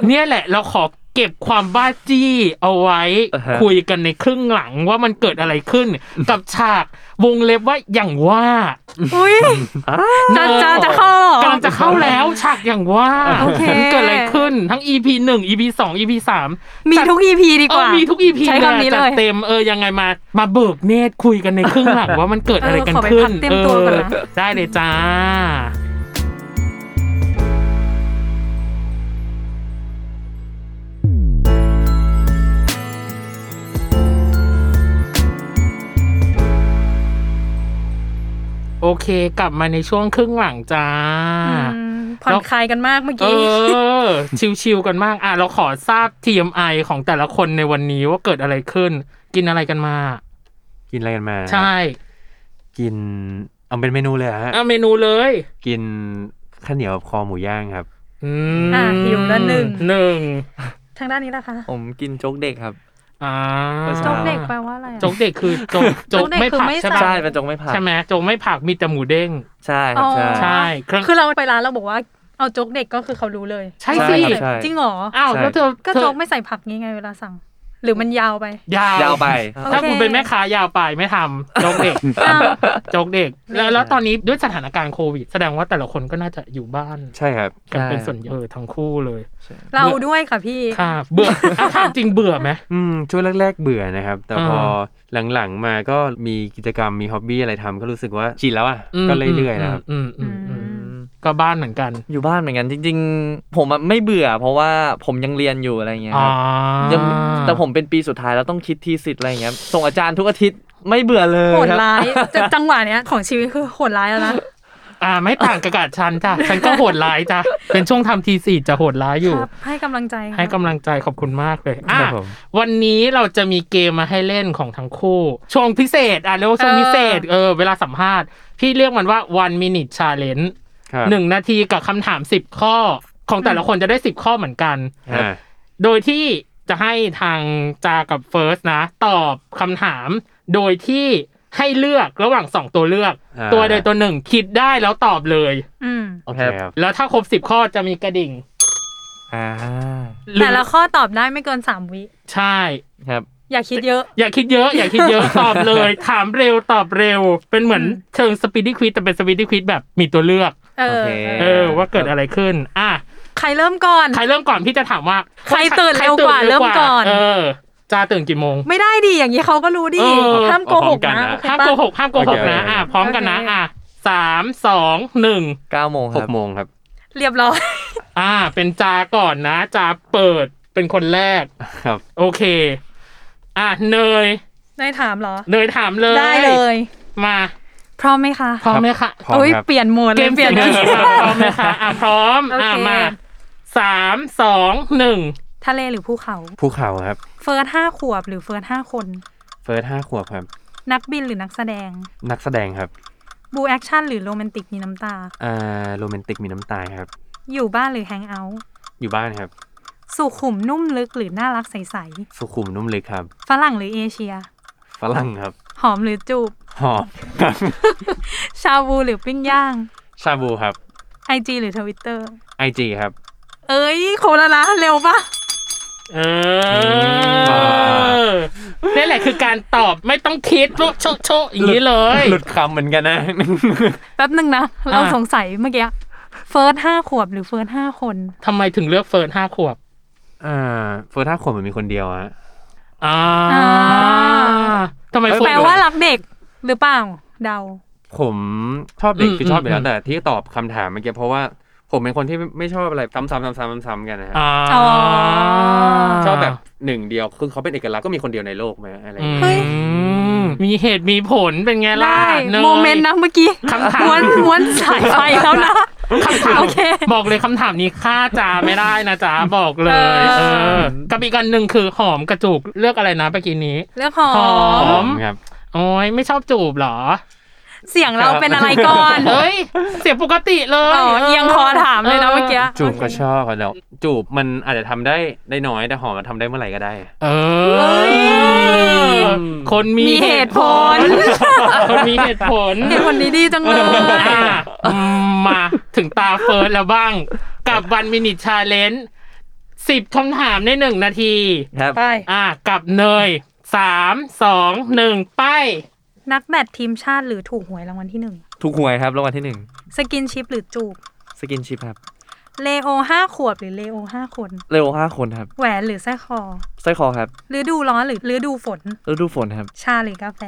Speaker 2: เนี่ยแหละ เราขอเก็บความบ้าจี้เอาไว้
Speaker 5: อ่าฮะ
Speaker 2: คุยกันในครึ่งหลังว่ามันเกิดอะไรขึ้น กับฉากวงเล็บว่าอย่างว่า
Speaker 3: อุ้ยจะจะจะเข้าเหรอ
Speaker 2: กำลังจะเข้าแล้วฉากอย่างว่า
Speaker 3: โอเค
Speaker 2: มันเกิดอะไรขึ้นทั้ง EP หนึ่ง EP สอง EP สาม
Speaker 3: มีทุก EP ดีกว่า
Speaker 2: เออมีทุกอีพี
Speaker 3: ใช้คำนี้เลย
Speaker 2: เต็มเออยังไงมา มาเบิกเนตรคุยกันในครึ่งหลัง ว่ามันเกิดอะไรกัน
Speaker 3: เออขอไป
Speaker 2: ขึ้น
Speaker 3: พักเตรียมตัวก่อนนะ
Speaker 2: เออได้เลยจ้า โอเคกลับมาในช่วงครึ่งหลังจ้า
Speaker 3: อืมผ่อนคลายกันมากเมื่อ
Speaker 2: เอ
Speaker 3: กี้
Speaker 2: อ ชิวๆกันมาก อ่ะ เราขอทราบ TMI ของแต่ละคนในวันนี้ว่าเกิดอะไรขึ้น กินอะไรกันมา
Speaker 4: กินอะไรกันมา
Speaker 2: ใช่
Speaker 4: กินเอาเป็นเมนูเลยเหรอฮะ
Speaker 2: อ่ะเมนูเลย
Speaker 4: กินข้าวเหนียวกับคอหมูย่างครับ
Speaker 2: อืม
Speaker 3: อ่ะหิวละหนึ่ง
Speaker 2: หนึ่ง
Speaker 3: ทางด้านนี้ล่ะคะ
Speaker 5: ผมกินโจ๊กเด็กครับ
Speaker 2: อ่า
Speaker 3: โจกเด็กแปลว่าอะไรอะ
Speaker 2: จกเด็กคือ จกจก
Speaker 3: จกเด็ก
Speaker 2: ไม่ผัก
Speaker 3: คือไม่
Speaker 2: ใช่ปะ
Speaker 3: ใส่
Speaker 5: ใช่เป็นโจ๊กไม่ผัก
Speaker 2: ใช่ไหมจกไม่ผักมีแต่หมูเด้ง
Speaker 5: ใช่ครับใช่
Speaker 3: อ๋อ
Speaker 2: ใช่เครื่อง
Speaker 3: คือเราไปร้านเราบอกว่าเอาโจ๊กเด็กก็คือเขารู้เลย
Speaker 2: ใช่สิ
Speaker 3: ว่าไม่
Speaker 5: ใช่
Speaker 3: ใส่จริงเหรอ
Speaker 2: อ้าวแล้วเธอ
Speaker 3: ก็
Speaker 2: เธอ
Speaker 3: โจ๊กไม่ใส่ผักงี้ไงเวลาสั่ง หรือมันยาวไป
Speaker 2: ยาว
Speaker 5: ยาวไป
Speaker 2: ถ้า
Speaker 3: โอเค
Speaker 2: คุณเป็นแม่ค้ายาวไปไม่ทำจกเด็ก
Speaker 3: อ้าว
Speaker 2: จกเด็ก แล้วแล้วตอนนี้ด้วยสถานการณ์โควิด แสดงว่าแต่ละคนก็น่าจะอยู่บ้าน
Speaker 4: ใช่ครับ
Speaker 2: กันเป็น
Speaker 5: ใช่
Speaker 2: ส่วนใหญ่เออทั้งคู่เลย
Speaker 3: เราด้วยค่ะพี่
Speaker 2: ค่ะเบื่ออ่ะถามจริงเบื่อไหม
Speaker 4: อืมช่วงแรก ๆ เบื่อนะครับ แต่พอ
Speaker 2: อ่
Speaker 4: หลังๆมาก็มีกิจกรรมมีฮ็อบบี้อะไรทำก็รู้สึกว่าชินแล้วอ่ะก็เรื่อยๆนะครับ
Speaker 2: อืมอืมอืม
Speaker 3: อืม
Speaker 2: ก็บ้านเหมือนกัน
Speaker 5: อยู่บ้านเหมือนกันจริง ๆ ผมอะไม่เบื่อ เพราะว่าผมยังเรียนอยู่อะไรอย่างเงี้ย
Speaker 2: อ๋
Speaker 5: ค
Speaker 2: อ
Speaker 5: รับยังแต่ผมเป็นปีสุดท้ายแล้วต้องคิดทีสิทธ์อะไรอย่างเงี้ยส่งอาจารย์ทุกอาทิตย์ไม่เบื่อเลย
Speaker 3: โหด
Speaker 5: ครับ
Speaker 3: ร้าย จะจังหวะเนี้ย ของชีวิตคือโหดร้ายแล้วนะ
Speaker 2: อ่าไม่ต่างกับกาดฉันจ้ะฉันก็โหดร้ายจ้ะเป็นช่วงทำทีสี่จะโหดร้ายอยู่
Speaker 3: ครับ ให้กำลังใจค่ะ
Speaker 2: ให้กำลังใจขอบคุณมากเลยอ่ะ
Speaker 4: ครับผม
Speaker 2: วันนี้เราจะมีเกมมาให้เล่นของทั้งคู่ช่วงพิเศษอ่ะเรียกว่าช่วงพิเศษเออเวลาสัมภาษณ์ พี่เรียกมันว่า one minute challenge
Speaker 4: ครับ
Speaker 2: หนึ่งนาทีกับคำถาม 10 ข้อ ของแต่ละคนจะได้ 10 ข้อเหมือนกัน
Speaker 4: อ่า
Speaker 2: โดยที่จะให้ทางจากับเฟิร์สนะ ตอบคำถาม โดยที่ให้เลือกระหว่างสองตัวเลือก
Speaker 4: อ่า
Speaker 2: ตัวใดตัวหนึ่งคิดได้แล้วตอบเลย
Speaker 3: อืม
Speaker 4: โอเคครับ
Speaker 2: แล้วถ้าครบสิบข้อจะมีกระดิ่ง
Speaker 5: อ่า
Speaker 2: หรือ
Speaker 3: แต่ละข้อตอบได้ไม่เกินสามวิ
Speaker 2: ใช่
Speaker 5: ครับ
Speaker 3: อย่าคิดเยอะ
Speaker 2: อย่าคิดเยอะ อย่าคิดเยอะ ตอบเลย ถามเร็วตอบเร็ว เป็นเหมือน
Speaker 3: อืม
Speaker 2: เชิงสปีดดี้ควิสแต่เป็นสปีดดี้ควิสแบบมีตัวเลือก
Speaker 3: เออ
Speaker 5: โอเค
Speaker 2: เออ ว่าเกิดอะไรขึ้น อ่ะ
Speaker 3: ใครเริ่มก่อน
Speaker 2: ใครเริ่มก่อนพี่จะถามว่า
Speaker 3: ใครตื่นเร็วกว่า
Speaker 2: ใค
Speaker 3: เริ่มก่อน
Speaker 2: เออจาตื่นกี่โมง
Speaker 3: ไม่ได้ดิอย่างนี้เขาก็รู้ดิ
Speaker 2: เออ
Speaker 3: ห้ามโกหกนะ
Speaker 4: เอาพ
Speaker 3: โอเค
Speaker 4: ร้อมกันนะ
Speaker 2: ห้าม
Speaker 3: ปะ
Speaker 2: โกหกห้ามโกหกนะ
Speaker 4: โอเค
Speaker 2: อ่ะ พร้อมกันนะ
Speaker 3: โอเค
Speaker 2: อ่ะสามสองหนึ่ง
Speaker 5: เก้าโมงค
Speaker 4: ห
Speaker 5: รั
Speaker 4: ก
Speaker 5: บ
Speaker 4: โมงครับ
Speaker 3: เรียบร้อย
Speaker 2: อ่ะเป็นจาก่อนนะ จาเปิดเป็นคนแรก
Speaker 4: ครับ
Speaker 2: โอเค อ่ะเนย
Speaker 3: นายถามเหรอ
Speaker 2: เนยถามเลย
Speaker 3: ได้เลย
Speaker 2: มา
Speaker 3: พร้อมไหมคะ
Speaker 2: พร้อมไหมคะ
Speaker 4: พร้อม
Speaker 3: โอ้ย
Speaker 4: ครับ
Speaker 3: เปลี่ยนโหมด
Speaker 2: เก
Speaker 3: เลย
Speaker 2: ม
Speaker 3: เปลี่ยน
Speaker 2: เนยพร้อมไหมคะอ่ะพร้อม
Speaker 3: โอเค
Speaker 2: อ่ะมาสามสองหนึ่ง
Speaker 3: ทะเลหรือภูเขา
Speaker 4: ภูเขาครับ
Speaker 3: เฟิร์สห้าขวบหรือเฟิร์สห้าคน
Speaker 4: เฟิร์สห้าขวบครับ
Speaker 3: นักบินหรือนักแสดง
Speaker 4: นักแสดงครับ
Speaker 3: บูแอคชั่นหรือโรแมนติกมีน้ำตา
Speaker 4: อ่าโรแมนติกมีน้ำตาครับ
Speaker 3: อยู่บ้านหรือแฮงเอาท์
Speaker 4: อยู่บ้านครับ
Speaker 3: สุขุมนุ่มลึกหรือน่ารักใส
Speaker 4: สุขุมนุ่มลึกครับ
Speaker 3: ๆฝรั่งหรือเอเชีย
Speaker 4: ฝรั่งครับ
Speaker 3: หอมหรือจูบ
Speaker 4: หอมครับ
Speaker 3: ชาบูหรือปิ้งย่าง
Speaker 4: ชาบูครับ
Speaker 3: ไอจีหรือทวิตเตอร์
Speaker 4: ไอจีครับ
Speaker 3: เอ้ยโคละละเร็วปะ
Speaker 2: เออนี่แหละคือการตอบไม่ต้องคิดโชะโชะโชะอย่างนี้เลย
Speaker 4: หลุดคำเหมือนกันนะ
Speaker 3: แป๊บหนึ่งนะ เรา
Speaker 2: อ่ะ
Speaker 3: สงสัยเมื่อกี้เฟิร์สห้าขวบหรือเฟิร์สห้าคน
Speaker 2: ทำไมถึงเลือกเฟิร์นห้าขวบ
Speaker 4: อ่าเฟิร์สห้าขวบมันมีคนเดียวอะ
Speaker 2: อ่า
Speaker 3: อ่า
Speaker 2: ทำไม
Speaker 4: เอ้ย
Speaker 2: คน
Speaker 3: แปลว่ารักเด็กหรือเปล่าเดา
Speaker 4: ผมชอบเด็กคือชอบอยู่แล้วแต่ที่ตอบคำถามเมื่อกี้เพราะว่าผมเป็นคนที่ไม่ชอบอะไรซ้ำๆๆๆๆกันนะฮะ
Speaker 2: อ่า
Speaker 3: อ๋อ
Speaker 4: ชอบแบบหนึ่งเดียวคือเขาเป็นเอกลักษณ์ก็มีคนเดียวในโลกไหมอะไรอย่างเงี้ย
Speaker 3: เฮ้ย
Speaker 2: อืมมีเหตุมีผลเป็นไงล่ะ
Speaker 3: ได้
Speaker 2: นย
Speaker 3: โมเมนต์นะเมื่อกี้
Speaker 2: คำถาม
Speaker 3: ม้วนม้วนสายไฟแล้วนะ
Speaker 2: คำถาม
Speaker 3: โอเค
Speaker 2: บอกเลยคำถามนี้ค่าจ่าไม่ได้นะ จ๊ะบอกเลย
Speaker 3: เออ
Speaker 2: เออกับอีกอันหนึ่งคือหอมกระจูบเลือกอะไรนะเมื่อกี้นี้
Speaker 3: เรื่องหอ
Speaker 2: หอ
Speaker 3: ม
Speaker 4: ครับ
Speaker 2: โอ้ยไม่ชอบจูบเหรอ
Speaker 3: เสียงเราเป็นอะไรก่ อน
Speaker 2: เฮ้ย เสียงปกติเล
Speaker 3: อ๋
Speaker 2: ย
Speaker 3: อเอียงคอถามเลยนะเมื่อกี้
Speaker 4: จูบก็ชอบกันแล้วจูบมันอาจจะทำได้ได้น้อยแต่หอมมันทำได้เมื่อไหร่ก็ได้
Speaker 2: เอ
Speaker 3: เฮ้
Speaker 2: อย คนมี
Speaker 3: มีเหตุผล
Speaker 2: คนมีเหตุผล
Speaker 3: เหตุผลนี้ดีจังเลย
Speaker 2: อ่ะอืมมาถึงตาเฟิร์สแล้วบ้าง กับวันมินิชาเลนสิบคำถามในหนึ่งนาที
Speaker 5: ครับ
Speaker 3: ไป
Speaker 2: อ่ะกับเนยสามสองหนึ่งไป
Speaker 3: นักแบดทีมชาติหรือถูกหวยรางวัลที่หนึ่ง
Speaker 5: ถูกหวยครับรางวัลที่หนึ่ง
Speaker 3: สกินชิปหรือจูบ
Speaker 5: สกินชิพครับ
Speaker 3: เลโอห้าขวบหรือเลโอห้าคน
Speaker 5: เร็วห้าคนครับ
Speaker 3: แหวนหรือสร้อยคอ
Speaker 5: สร้อยคอครับ
Speaker 3: ฤดูร้อนหรือฤดูฝน
Speaker 5: ฤดูฝนครับ
Speaker 3: ชาหรือกาแฟ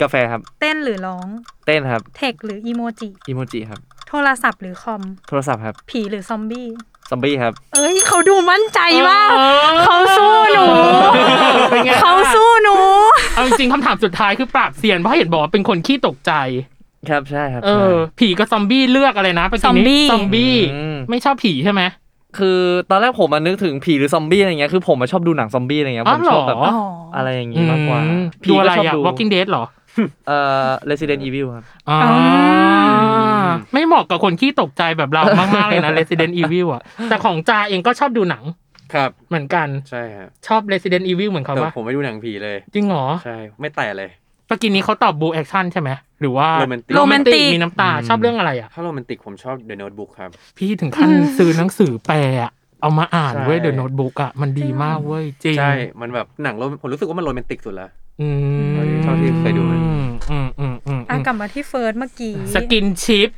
Speaker 5: กาแฟครับ
Speaker 3: เต้นหรือร้อง
Speaker 5: เต้นครับ
Speaker 3: เทคหรืออีโมจิ
Speaker 5: อีโมจิครับ
Speaker 3: โทรศัพท์หรือคอม
Speaker 5: โทรศัพท์ครับ
Speaker 3: ผีหรือซอมบี้
Speaker 5: ซอมบี้ครับ
Speaker 3: เอ้ย เขาดูมั่นใจมาก
Speaker 2: เออ
Speaker 3: เขาสู้หนู
Speaker 2: เป็นไงล่ะ
Speaker 3: เขาสู้หนู
Speaker 2: เอาจริงๆคำถามสุดท้ายคือปราบเซียนเพราะเห็นบอกว่าเป็นคนขี้ตกใจ
Speaker 5: ครับใช่ครับ
Speaker 2: เออ
Speaker 5: ใช่
Speaker 2: ผีกับซอมบี้เลือกอะไรนะเมื่กี้
Speaker 3: ซอม
Speaker 2: นี้
Speaker 3: บี้
Speaker 2: ซอมบี้
Speaker 5: อืม
Speaker 2: ไม่ชอบผีใช่ไหม
Speaker 5: คือตอนแรกผมมานึกถึงผีหรือซอมบี้อะไรเงี้ยคือผมมาชอบดูหนังซอมบี้อะไรเงี้ย
Speaker 2: อ๋
Speaker 5: ผ
Speaker 2: อ
Speaker 5: ม
Speaker 2: เหรอ
Speaker 5: ชอบแบบ
Speaker 3: อ๋อ
Speaker 5: อะไรอย่างงี้มากกว่า
Speaker 2: อืม
Speaker 5: ผี
Speaker 2: ดูอะไร
Speaker 5: ก็ชอบ
Speaker 2: อ่ะ
Speaker 5: ดู
Speaker 2: Walking Dead เหรอ
Speaker 5: เอ่อ Resident Evil ครับ
Speaker 2: อ่า
Speaker 5: า
Speaker 2: ไม่เหมาะกับคนขี้ตกใจแบบเรามากๆเลยนะ Resident Evil อ่ะ แต่ของจาเองก็ชอบดูหนัง
Speaker 4: ครับ
Speaker 2: เหมือนกัน
Speaker 4: ใช่ครับ
Speaker 2: ชอบ Resident Evil เหมือนเขา
Speaker 4: แต่
Speaker 2: ปะ
Speaker 4: ผมไม่ดูหนังผีเลย
Speaker 2: จริงเหรอ
Speaker 4: ใช่ไม่แต่เลย
Speaker 2: เมื่อกี้นี้เขาตอบบูแอคชั่นใช่ไหมหรือว่า
Speaker 4: โรแมนติก
Speaker 3: โรแมนติก
Speaker 2: มีน้ำตา
Speaker 5: อืม
Speaker 2: ชอบเรื่องอะไรอ่ะ
Speaker 4: ถ้าโรแมนติกผมชอบ The Notebook ครับ
Speaker 2: พี่ถึงขั้นซื้อหนังสือแปลอะเอามาอ่านเว้ย
Speaker 4: ใช่
Speaker 2: เดอะโน้ตบุ๊กอะมันดีมากเว้ยจริง
Speaker 4: ใช่ มันแบบหนังโรแมผมรู้สึกว่ามันโรแมนติกสุดละ
Speaker 2: อืม
Speaker 4: เท่าที่เคยดูนะ
Speaker 2: อืมอืมอืมอืม
Speaker 3: อ่ะกลับมาที่เฟิร์สเมื่อกี้
Speaker 2: สกินชิป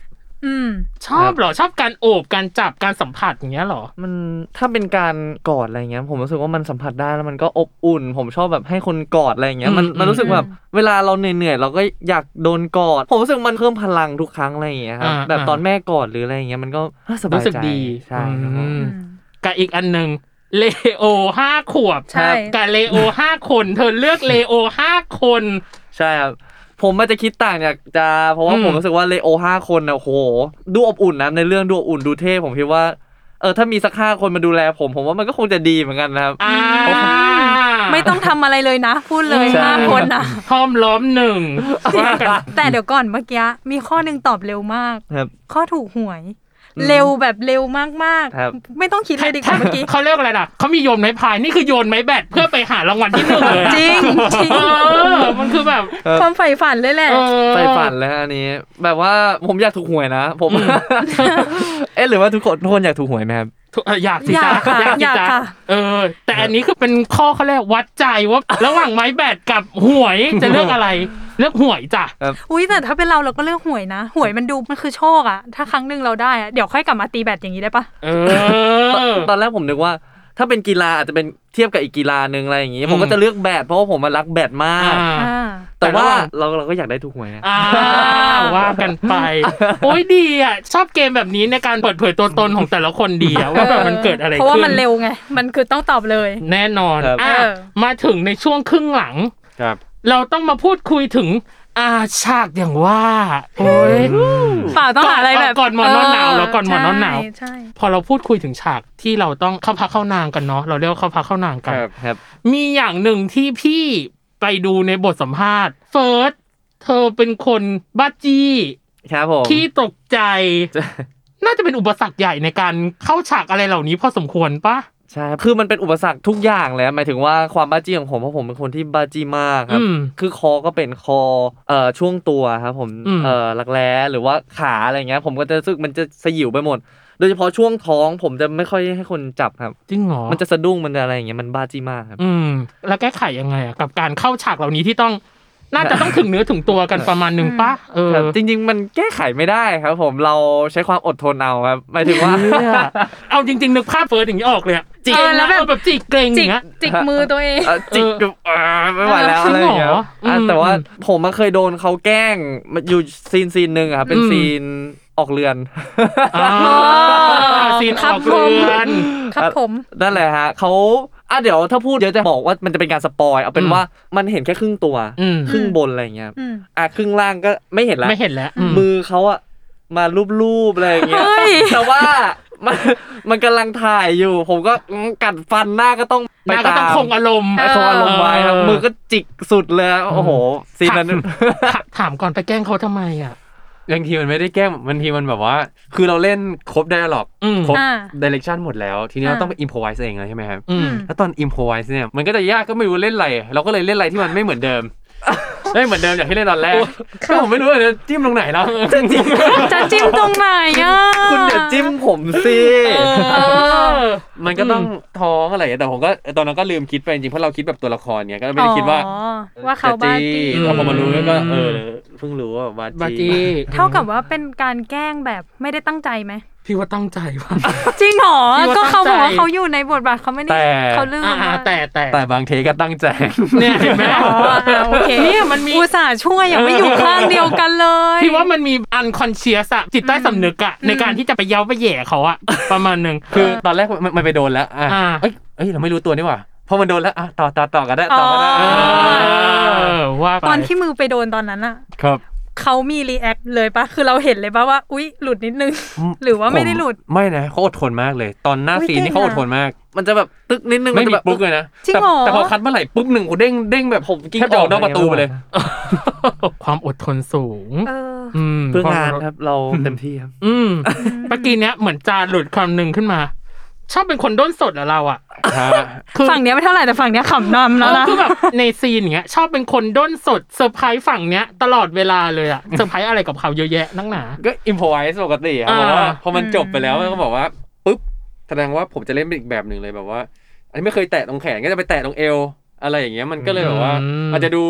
Speaker 3: อืม
Speaker 2: ชอบเหรอ ชอบการโอบการจับการสัมผัสอย่างเงี้ยเหรอ
Speaker 5: มันถ้าเป็นการกอดอะไรเงี้ย ผมรู้สึกว่ามันสัมผัสได้แล้วมันก็อบอุ่น ผมชอบแบบให้คนกอดอะไรเงี้ยมัน
Speaker 2: อืม
Speaker 5: มันรู้สึกแบบเวลาเราเหนื่อยๆเราก็อยากโดนกอด ผมรู้สึกมันเพิ่มพลังทุกครั้งอะไรเงี้ยครับแบบตอนแม่กอดหรืออะไรเงี้ยมันก็อ่ะสบาย
Speaker 2: รู้สึก
Speaker 5: ใจ
Speaker 2: ดี
Speaker 5: ใช่ครับผม
Speaker 2: อืม
Speaker 3: อืม
Speaker 2: กับอีกอันหนึ่งเลโอห้าขวบ
Speaker 3: ใช่
Speaker 2: กับเล โอห้าคน เธอเลือกเลโอห้าคน
Speaker 5: ใช่ครับ ผมมันจะคิดต่างจากจาเพราะว่า
Speaker 2: อืม
Speaker 5: ผมรู้สึกว่าเลโอห้าคนนะโห ดูอบอุ่นนะในเรื่องดูอบอุ่นดูเท่ผมคิดว่าเออถ้ามีสักห้าคนมาดูแลผมผมว่ามันก็คงจะดีเหมือนกันนะครับ
Speaker 2: อ่า
Speaker 3: ไม่ต้องทำอะไรเลยนะ พูดเลย
Speaker 2: ใช่
Speaker 3: ห้าคนนะ
Speaker 2: ห้อมล้อมห นึ่งว่ากัน
Speaker 3: แต่เดี๋ยวก่อนเมื่อกี้มีข้อหนึ่งตอบเร็วมาก
Speaker 5: ครับ
Speaker 3: ข้อถูกหวย
Speaker 5: อืม
Speaker 3: เร็วแบบเร็วมาก
Speaker 5: ครับ
Speaker 3: ๆ ไม่ต้องคิดเลยดีกว่าเมื่อกี้
Speaker 2: เขาเรียกอะไรล่ะ เขามีโยนไม้พาย นี่คือโยนไม้แบตเพื่อไปหารางวัลที่หนึ่งเลยอะ
Speaker 3: จริงจริง
Speaker 2: เออ มันคือแบบ
Speaker 3: ความใฝ่ฝันเลยแหละ
Speaker 2: เออ
Speaker 5: ไปฝันแล้วอันนี้ แบบว่าผมอยากถูกหวยนะ ผม เอ๊ะหรือว่าทุกคนทุกคนอยากถูกหวยไหมครับ
Speaker 2: ทุกเอ่ออยากสิจ๊ะ
Speaker 3: อยากค่ะ
Speaker 2: สิ
Speaker 3: อยาก
Speaker 2: จ๊ะ
Speaker 3: ค่ะ
Speaker 2: เออ แต่อันนี้คือเป็นข้อเขาเรียกวัดใจว่า ระหว่างไม้แบตกับหวยจะเลือกอะไร เลือกหวยจ้ะ
Speaker 3: อุ้ยแต่ถ้าเป็นเราเราก็เลือกหวยนะ หวยมันดูมันคือโชคอะถ้าครั้งหนึ่งเราได้อะเดี๋ยวค่อยกลับมาตีแบตอย่างนี้ได้ปะ
Speaker 2: เอ
Speaker 5: ตอน
Speaker 2: อ
Speaker 5: ตอนแรกผมนึกว่า ถ้าเป็นกีฬาอาจจะเป็นเทียบกับอีกกีฬาหนึ่งอะไรอย่างงี้
Speaker 2: อืม
Speaker 5: ผมก็จะเลือกแบดเพราะว่าผมมันรักแบดมาก
Speaker 2: อ่า
Speaker 3: อ่า
Speaker 5: แต่ว่า
Speaker 2: แต่ว่า
Speaker 5: เราเราก็อยากได้ถูกหวยนะ
Speaker 2: อ่าว่ากันไป โอ้ยดีอ่ะ ชอบเกมแบบนี้ในการเปิดเผยตัวตนของแต่ละคนดีอ่ะว่าแบบมันเกิดอะไรขึ้น
Speaker 3: เพราะว่ามันเร็วไง มันคือต้องตอบเลย
Speaker 2: แน่นอน
Speaker 3: ครับ
Speaker 2: อ่ะ
Speaker 3: เออ
Speaker 2: มาถึงในช่วงครึ่งหลัง
Speaker 4: ครับ
Speaker 2: เราต้องมาพูดคุยถึงอาฉากอย่างว่าโอ้ย
Speaker 3: เปล่าต้องหาอะไรแบบ
Speaker 2: ก่อนหมอนอนหนาวแล้วก่อนหมอนอนหนาว
Speaker 3: ใช่ใช่
Speaker 2: พอเราพูดคุยถึงฉากที่เราต้องเข้าพักเข้านางกันเนาะเราเรียกว่าเข้าพักเข้านางกัน
Speaker 4: ครับ
Speaker 5: ครับ
Speaker 2: มีอย่างหนึ่งที่พี่ไปดูในบทสัมภาษณ์เฟิร์สเธอเป็นคนบ้าจี้
Speaker 5: ครับผม
Speaker 2: ขี้ตกใจ น่าจะเป็นอุปสรรคใหญ่ในการเข้าฉากอะไรเหล่านี้พอสมควรปะ
Speaker 5: ใช่ครับคือมันเป็นอุปสรรคทุกอย่างเลยครับหมายถึงว่าความบ้าจี้ของผมเพราะผมเป็นคนที่บ้าจี้มากครับ
Speaker 2: อืม
Speaker 5: คือคอก็เป็นคอเอ่อช่วงตัวครับผม
Speaker 2: อืม
Speaker 5: เอ่อหลักแร้หรือว่าขาอะไรเงี้ย ผมก็จะรู้สึกมันจะสยิวไปหมด โดยเฉพาะช่วงท้อง ผมจะไม่ค่อยให้คนจับครับ
Speaker 2: จริงเหรอ
Speaker 5: มันจะสะดุ้งมันจะอะไรอย่างเงี้ยมันบ้าจี้มากครับ
Speaker 2: อืม แล้วแก้ไขยังไงอะกับการเข้าฉากเหล่านี้ที่ต้อง น่าจะต้องถึงเนื้อถึงตัวกันประมาณหนึ่งปะเออ
Speaker 5: ครับจริง ๆ มันแก้ไขไม่ได้ครับ ผมเราใช้ความอดทนเอาครับหมายถึง ว่า
Speaker 2: เอาจริงๆนึกภาพเฟิร์สอย่างนี้ออกเลยอะ
Speaker 3: เออแล้วแบบ
Speaker 2: แบบจิกเกรงอ
Speaker 3: จิก
Speaker 2: ย่างเงี้ย
Speaker 3: จิกมือตัวเอง
Speaker 5: เอ่อจิกกับเอ่อไม่ไหวแล้ว
Speaker 2: จริง
Speaker 5: อะไร
Speaker 2: เหรอ
Speaker 5: อย่างเงี้ยอ่ะ
Speaker 2: อืม
Speaker 5: แต่ว่าผมมาเคยโดนเขาแกล้งมันอยู่ซีนซีนหนึ่งอะครับเป็น
Speaker 2: อืม
Speaker 5: ซีนออกเรือน
Speaker 2: อ่าซีนออกเรือน
Speaker 3: ครับผม
Speaker 5: นั่นแหละฮะเขาอ่ะเดี๋ยวถ้าพูดเดี๋ยวจะบอกว่ามันจะเป็นการสปอยเอาเป็น
Speaker 2: อืม
Speaker 5: ว่ามันเห็นแค่ครึ่งตัว
Speaker 2: อืม
Speaker 5: ครึ่งบนอะไรอย่างเงี้ย
Speaker 3: อืม
Speaker 5: อ่ะครึ่งล่างก็ไม่เห็นละ
Speaker 2: ไม่เห็นแล้วอืม
Speaker 5: มือเขาอะมารูปๆอะไรอย่างเงี้ย
Speaker 3: เฮ้ย
Speaker 5: แต่ว่า มันมันกำลังถ่ายอยู่ ผมก็อืมกัดฟันหน้าก็ต้อง
Speaker 2: ห
Speaker 5: ไป
Speaker 2: นาก็
Speaker 5: ตา
Speaker 2: ต้อง
Speaker 5: ม
Speaker 2: คงอารมณ์
Speaker 5: ไปคงอารมณ์ไว้ครับ
Speaker 2: เออ
Speaker 5: มือก็จิกสุดเลยอะโอ้โหซีนนั้น
Speaker 2: ถามถามก่อนไปแกล้งเขาทำไมอ่ะ
Speaker 4: บางทีมันไม่ได้แกล้งบางทีมันแบบว่า คือเราเล่นครบไดอะล็อก
Speaker 2: อืม
Speaker 4: ครบ
Speaker 3: อ่า
Speaker 4: ดิเรกชันหมดแล้ว ทีนี้เรา
Speaker 3: อ่า
Speaker 4: ต้องไปอิมพอไวส์เองเลยใช่ไหมครับ
Speaker 2: อืม
Speaker 4: แล้วตอนอิมพอไวส์เนี่ยมันก็จะยากก็ไม่รู้เล่นอะไร เราก็เลยเล่นอะไรที่มันไม่เหมือนเดิม ไม่เหมือนเดิมอย่างที่เล่นตอนแรกก็ผมไม่รู้ว่าจะจิ้มตรงไหนแล้ว
Speaker 3: จะจิ้มตรงไหนอ่ะ
Speaker 5: คุณอย่าจิ้มผมสิ
Speaker 2: เออ
Speaker 4: มันก็ต้องท้องอะไรอย่างเงี้ยแต่ผมก็ตอนนั้นก็ลืมคิดไปจริงๆเพราะเราคิดแบบตัวละครเนี่ยก็ไม่ได้คิดว่า
Speaker 3: อ๋อว่าเขาบ้าจี้
Speaker 2: อื
Speaker 4: จะจี้พอมารู้ก็เออ
Speaker 2: ม
Speaker 4: เพิ่งรู้ว่าบา
Speaker 2: บา
Speaker 4: จี
Speaker 2: จี
Speaker 3: เท่ากับว่าเป็นการแกล้งแบบไม่ได้ตั้งใจไหม
Speaker 2: พี่ว่าตั้งใจว่า
Speaker 3: จริงเหรอ
Speaker 2: พี่ว่า
Speaker 3: ก็เขาบอก
Speaker 2: ตั้
Speaker 3: ว่าง
Speaker 2: ใจ
Speaker 3: เขาอยู่ในบทบาทเขาไม่ได้
Speaker 4: แต่
Speaker 3: เขาลืม
Speaker 2: อ่า
Speaker 3: ว่า
Speaker 2: แต่แต่
Speaker 4: แต่บางเทก็ตั้งใจ
Speaker 2: เนี่ยเห็นไหม
Speaker 3: อ๋ออ่าโอเค
Speaker 2: เนี่ยมันมี
Speaker 3: อุตส่าห์ช่วยอย่างไม่อยู่ข้างเดียวกันเลย
Speaker 2: พี่ว่ามันมีอันคอนเชียสอะจิตใต้สำนึกอะในการที่จะไปเย้าไปแหย่เขาอะ ประมาณหนึ่ง
Speaker 4: คือตอนแรกมันมันไปโดนแล้วอ่ะ
Speaker 2: อ่า
Speaker 4: เอ้ยเอ้ยเราไม่รู้ตัวนี่หว่าพอมันโดนแล้วอ่ะต่อต่อต่อกันได้ต่อกันได้
Speaker 3: อ๋
Speaker 2: เออว่าไป
Speaker 3: ตอนที่มือไปโดนตอนนั้นอะ
Speaker 4: ครับ
Speaker 3: เขามีรีแอคเลยปะคือเราเห็นเลยปะว่า อุ๊ย หลุดนิดนึง
Speaker 4: อืม
Speaker 3: หรือว่าไม่ได้หลุด
Speaker 4: ไม่นะเขาอดทนมากเลย ตอนหน้า
Speaker 3: อุ๊ย
Speaker 4: ซีนนี่
Speaker 3: เก่
Speaker 4: เขา
Speaker 3: ง
Speaker 4: อ
Speaker 3: อะ
Speaker 4: ดทนมาก
Speaker 5: มันจะแบบตึกนิดนึง
Speaker 4: ไม่
Speaker 5: น
Speaker 4: มี
Speaker 5: จะแบบ
Speaker 4: ปุ๊กเลยนะ
Speaker 3: จริง
Speaker 4: แต่
Speaker 3: เหรอ
Speaker 4: แต่พอคัดเมื่อไหร่ปุ๊บหนึ่งกูเด้งเด้งแบบ
Speaker 5: ผมกิ้ง
Speaker 4: แทบจะออกนอก
Speaker 5: อ
Speaker 4: ป
Speaker 5: อก
Speaker 4: ระ
Speaker 5: เลย
Speaker 4: ตูไปเลย
Speaker 5: นะ
Speaker 2: ความอดทนสูง
Speaker 3: เออ
Speaker 2: อืม
Speaker 5: เพื่องานครับเราเต็มที่ครับ
Speaker 2: อืมเมื่อกี้เนี้ยเหมือนจานหลุดคำหนึ่งขึ้นมา ชอบเป็นคนด้นสดเหรอเราอะคือ
Speaker 3: ฝั่งเนี้ยไม่เท่าไหร่แต่ฝั่งเนี้ยขำนำแล้วนะ
Speaker 2: คือแบบในซีนอย่างเงี้ยชอบเป็นคนด้นสดเซอร์ไพรส์ฝั่งเนี้ย ตลอดเวลาเลยอะเซอร์ไพรส์อะไรกับเขาเยอะแยะนักหนา
Speaker 4: ก็อิมพอไวส์ปกติครับ
Speaker 2: อ่า
Speaker 4: เพราะว่าพอมัน
Speaker 3: อืม
Speaker 4: จบไปแล้วมันก็บอกว่าปุ๊บแสดงว่าผมจะเล่นเป็นอีกแบบหนึ่งเลยแบบว่า อันนี้ไม่เคยแตะตรงแขนก็จะไปแตะตรงเอว อะไรอย่างเงี้ยมันก็เลยแบบว่าอาจจะดู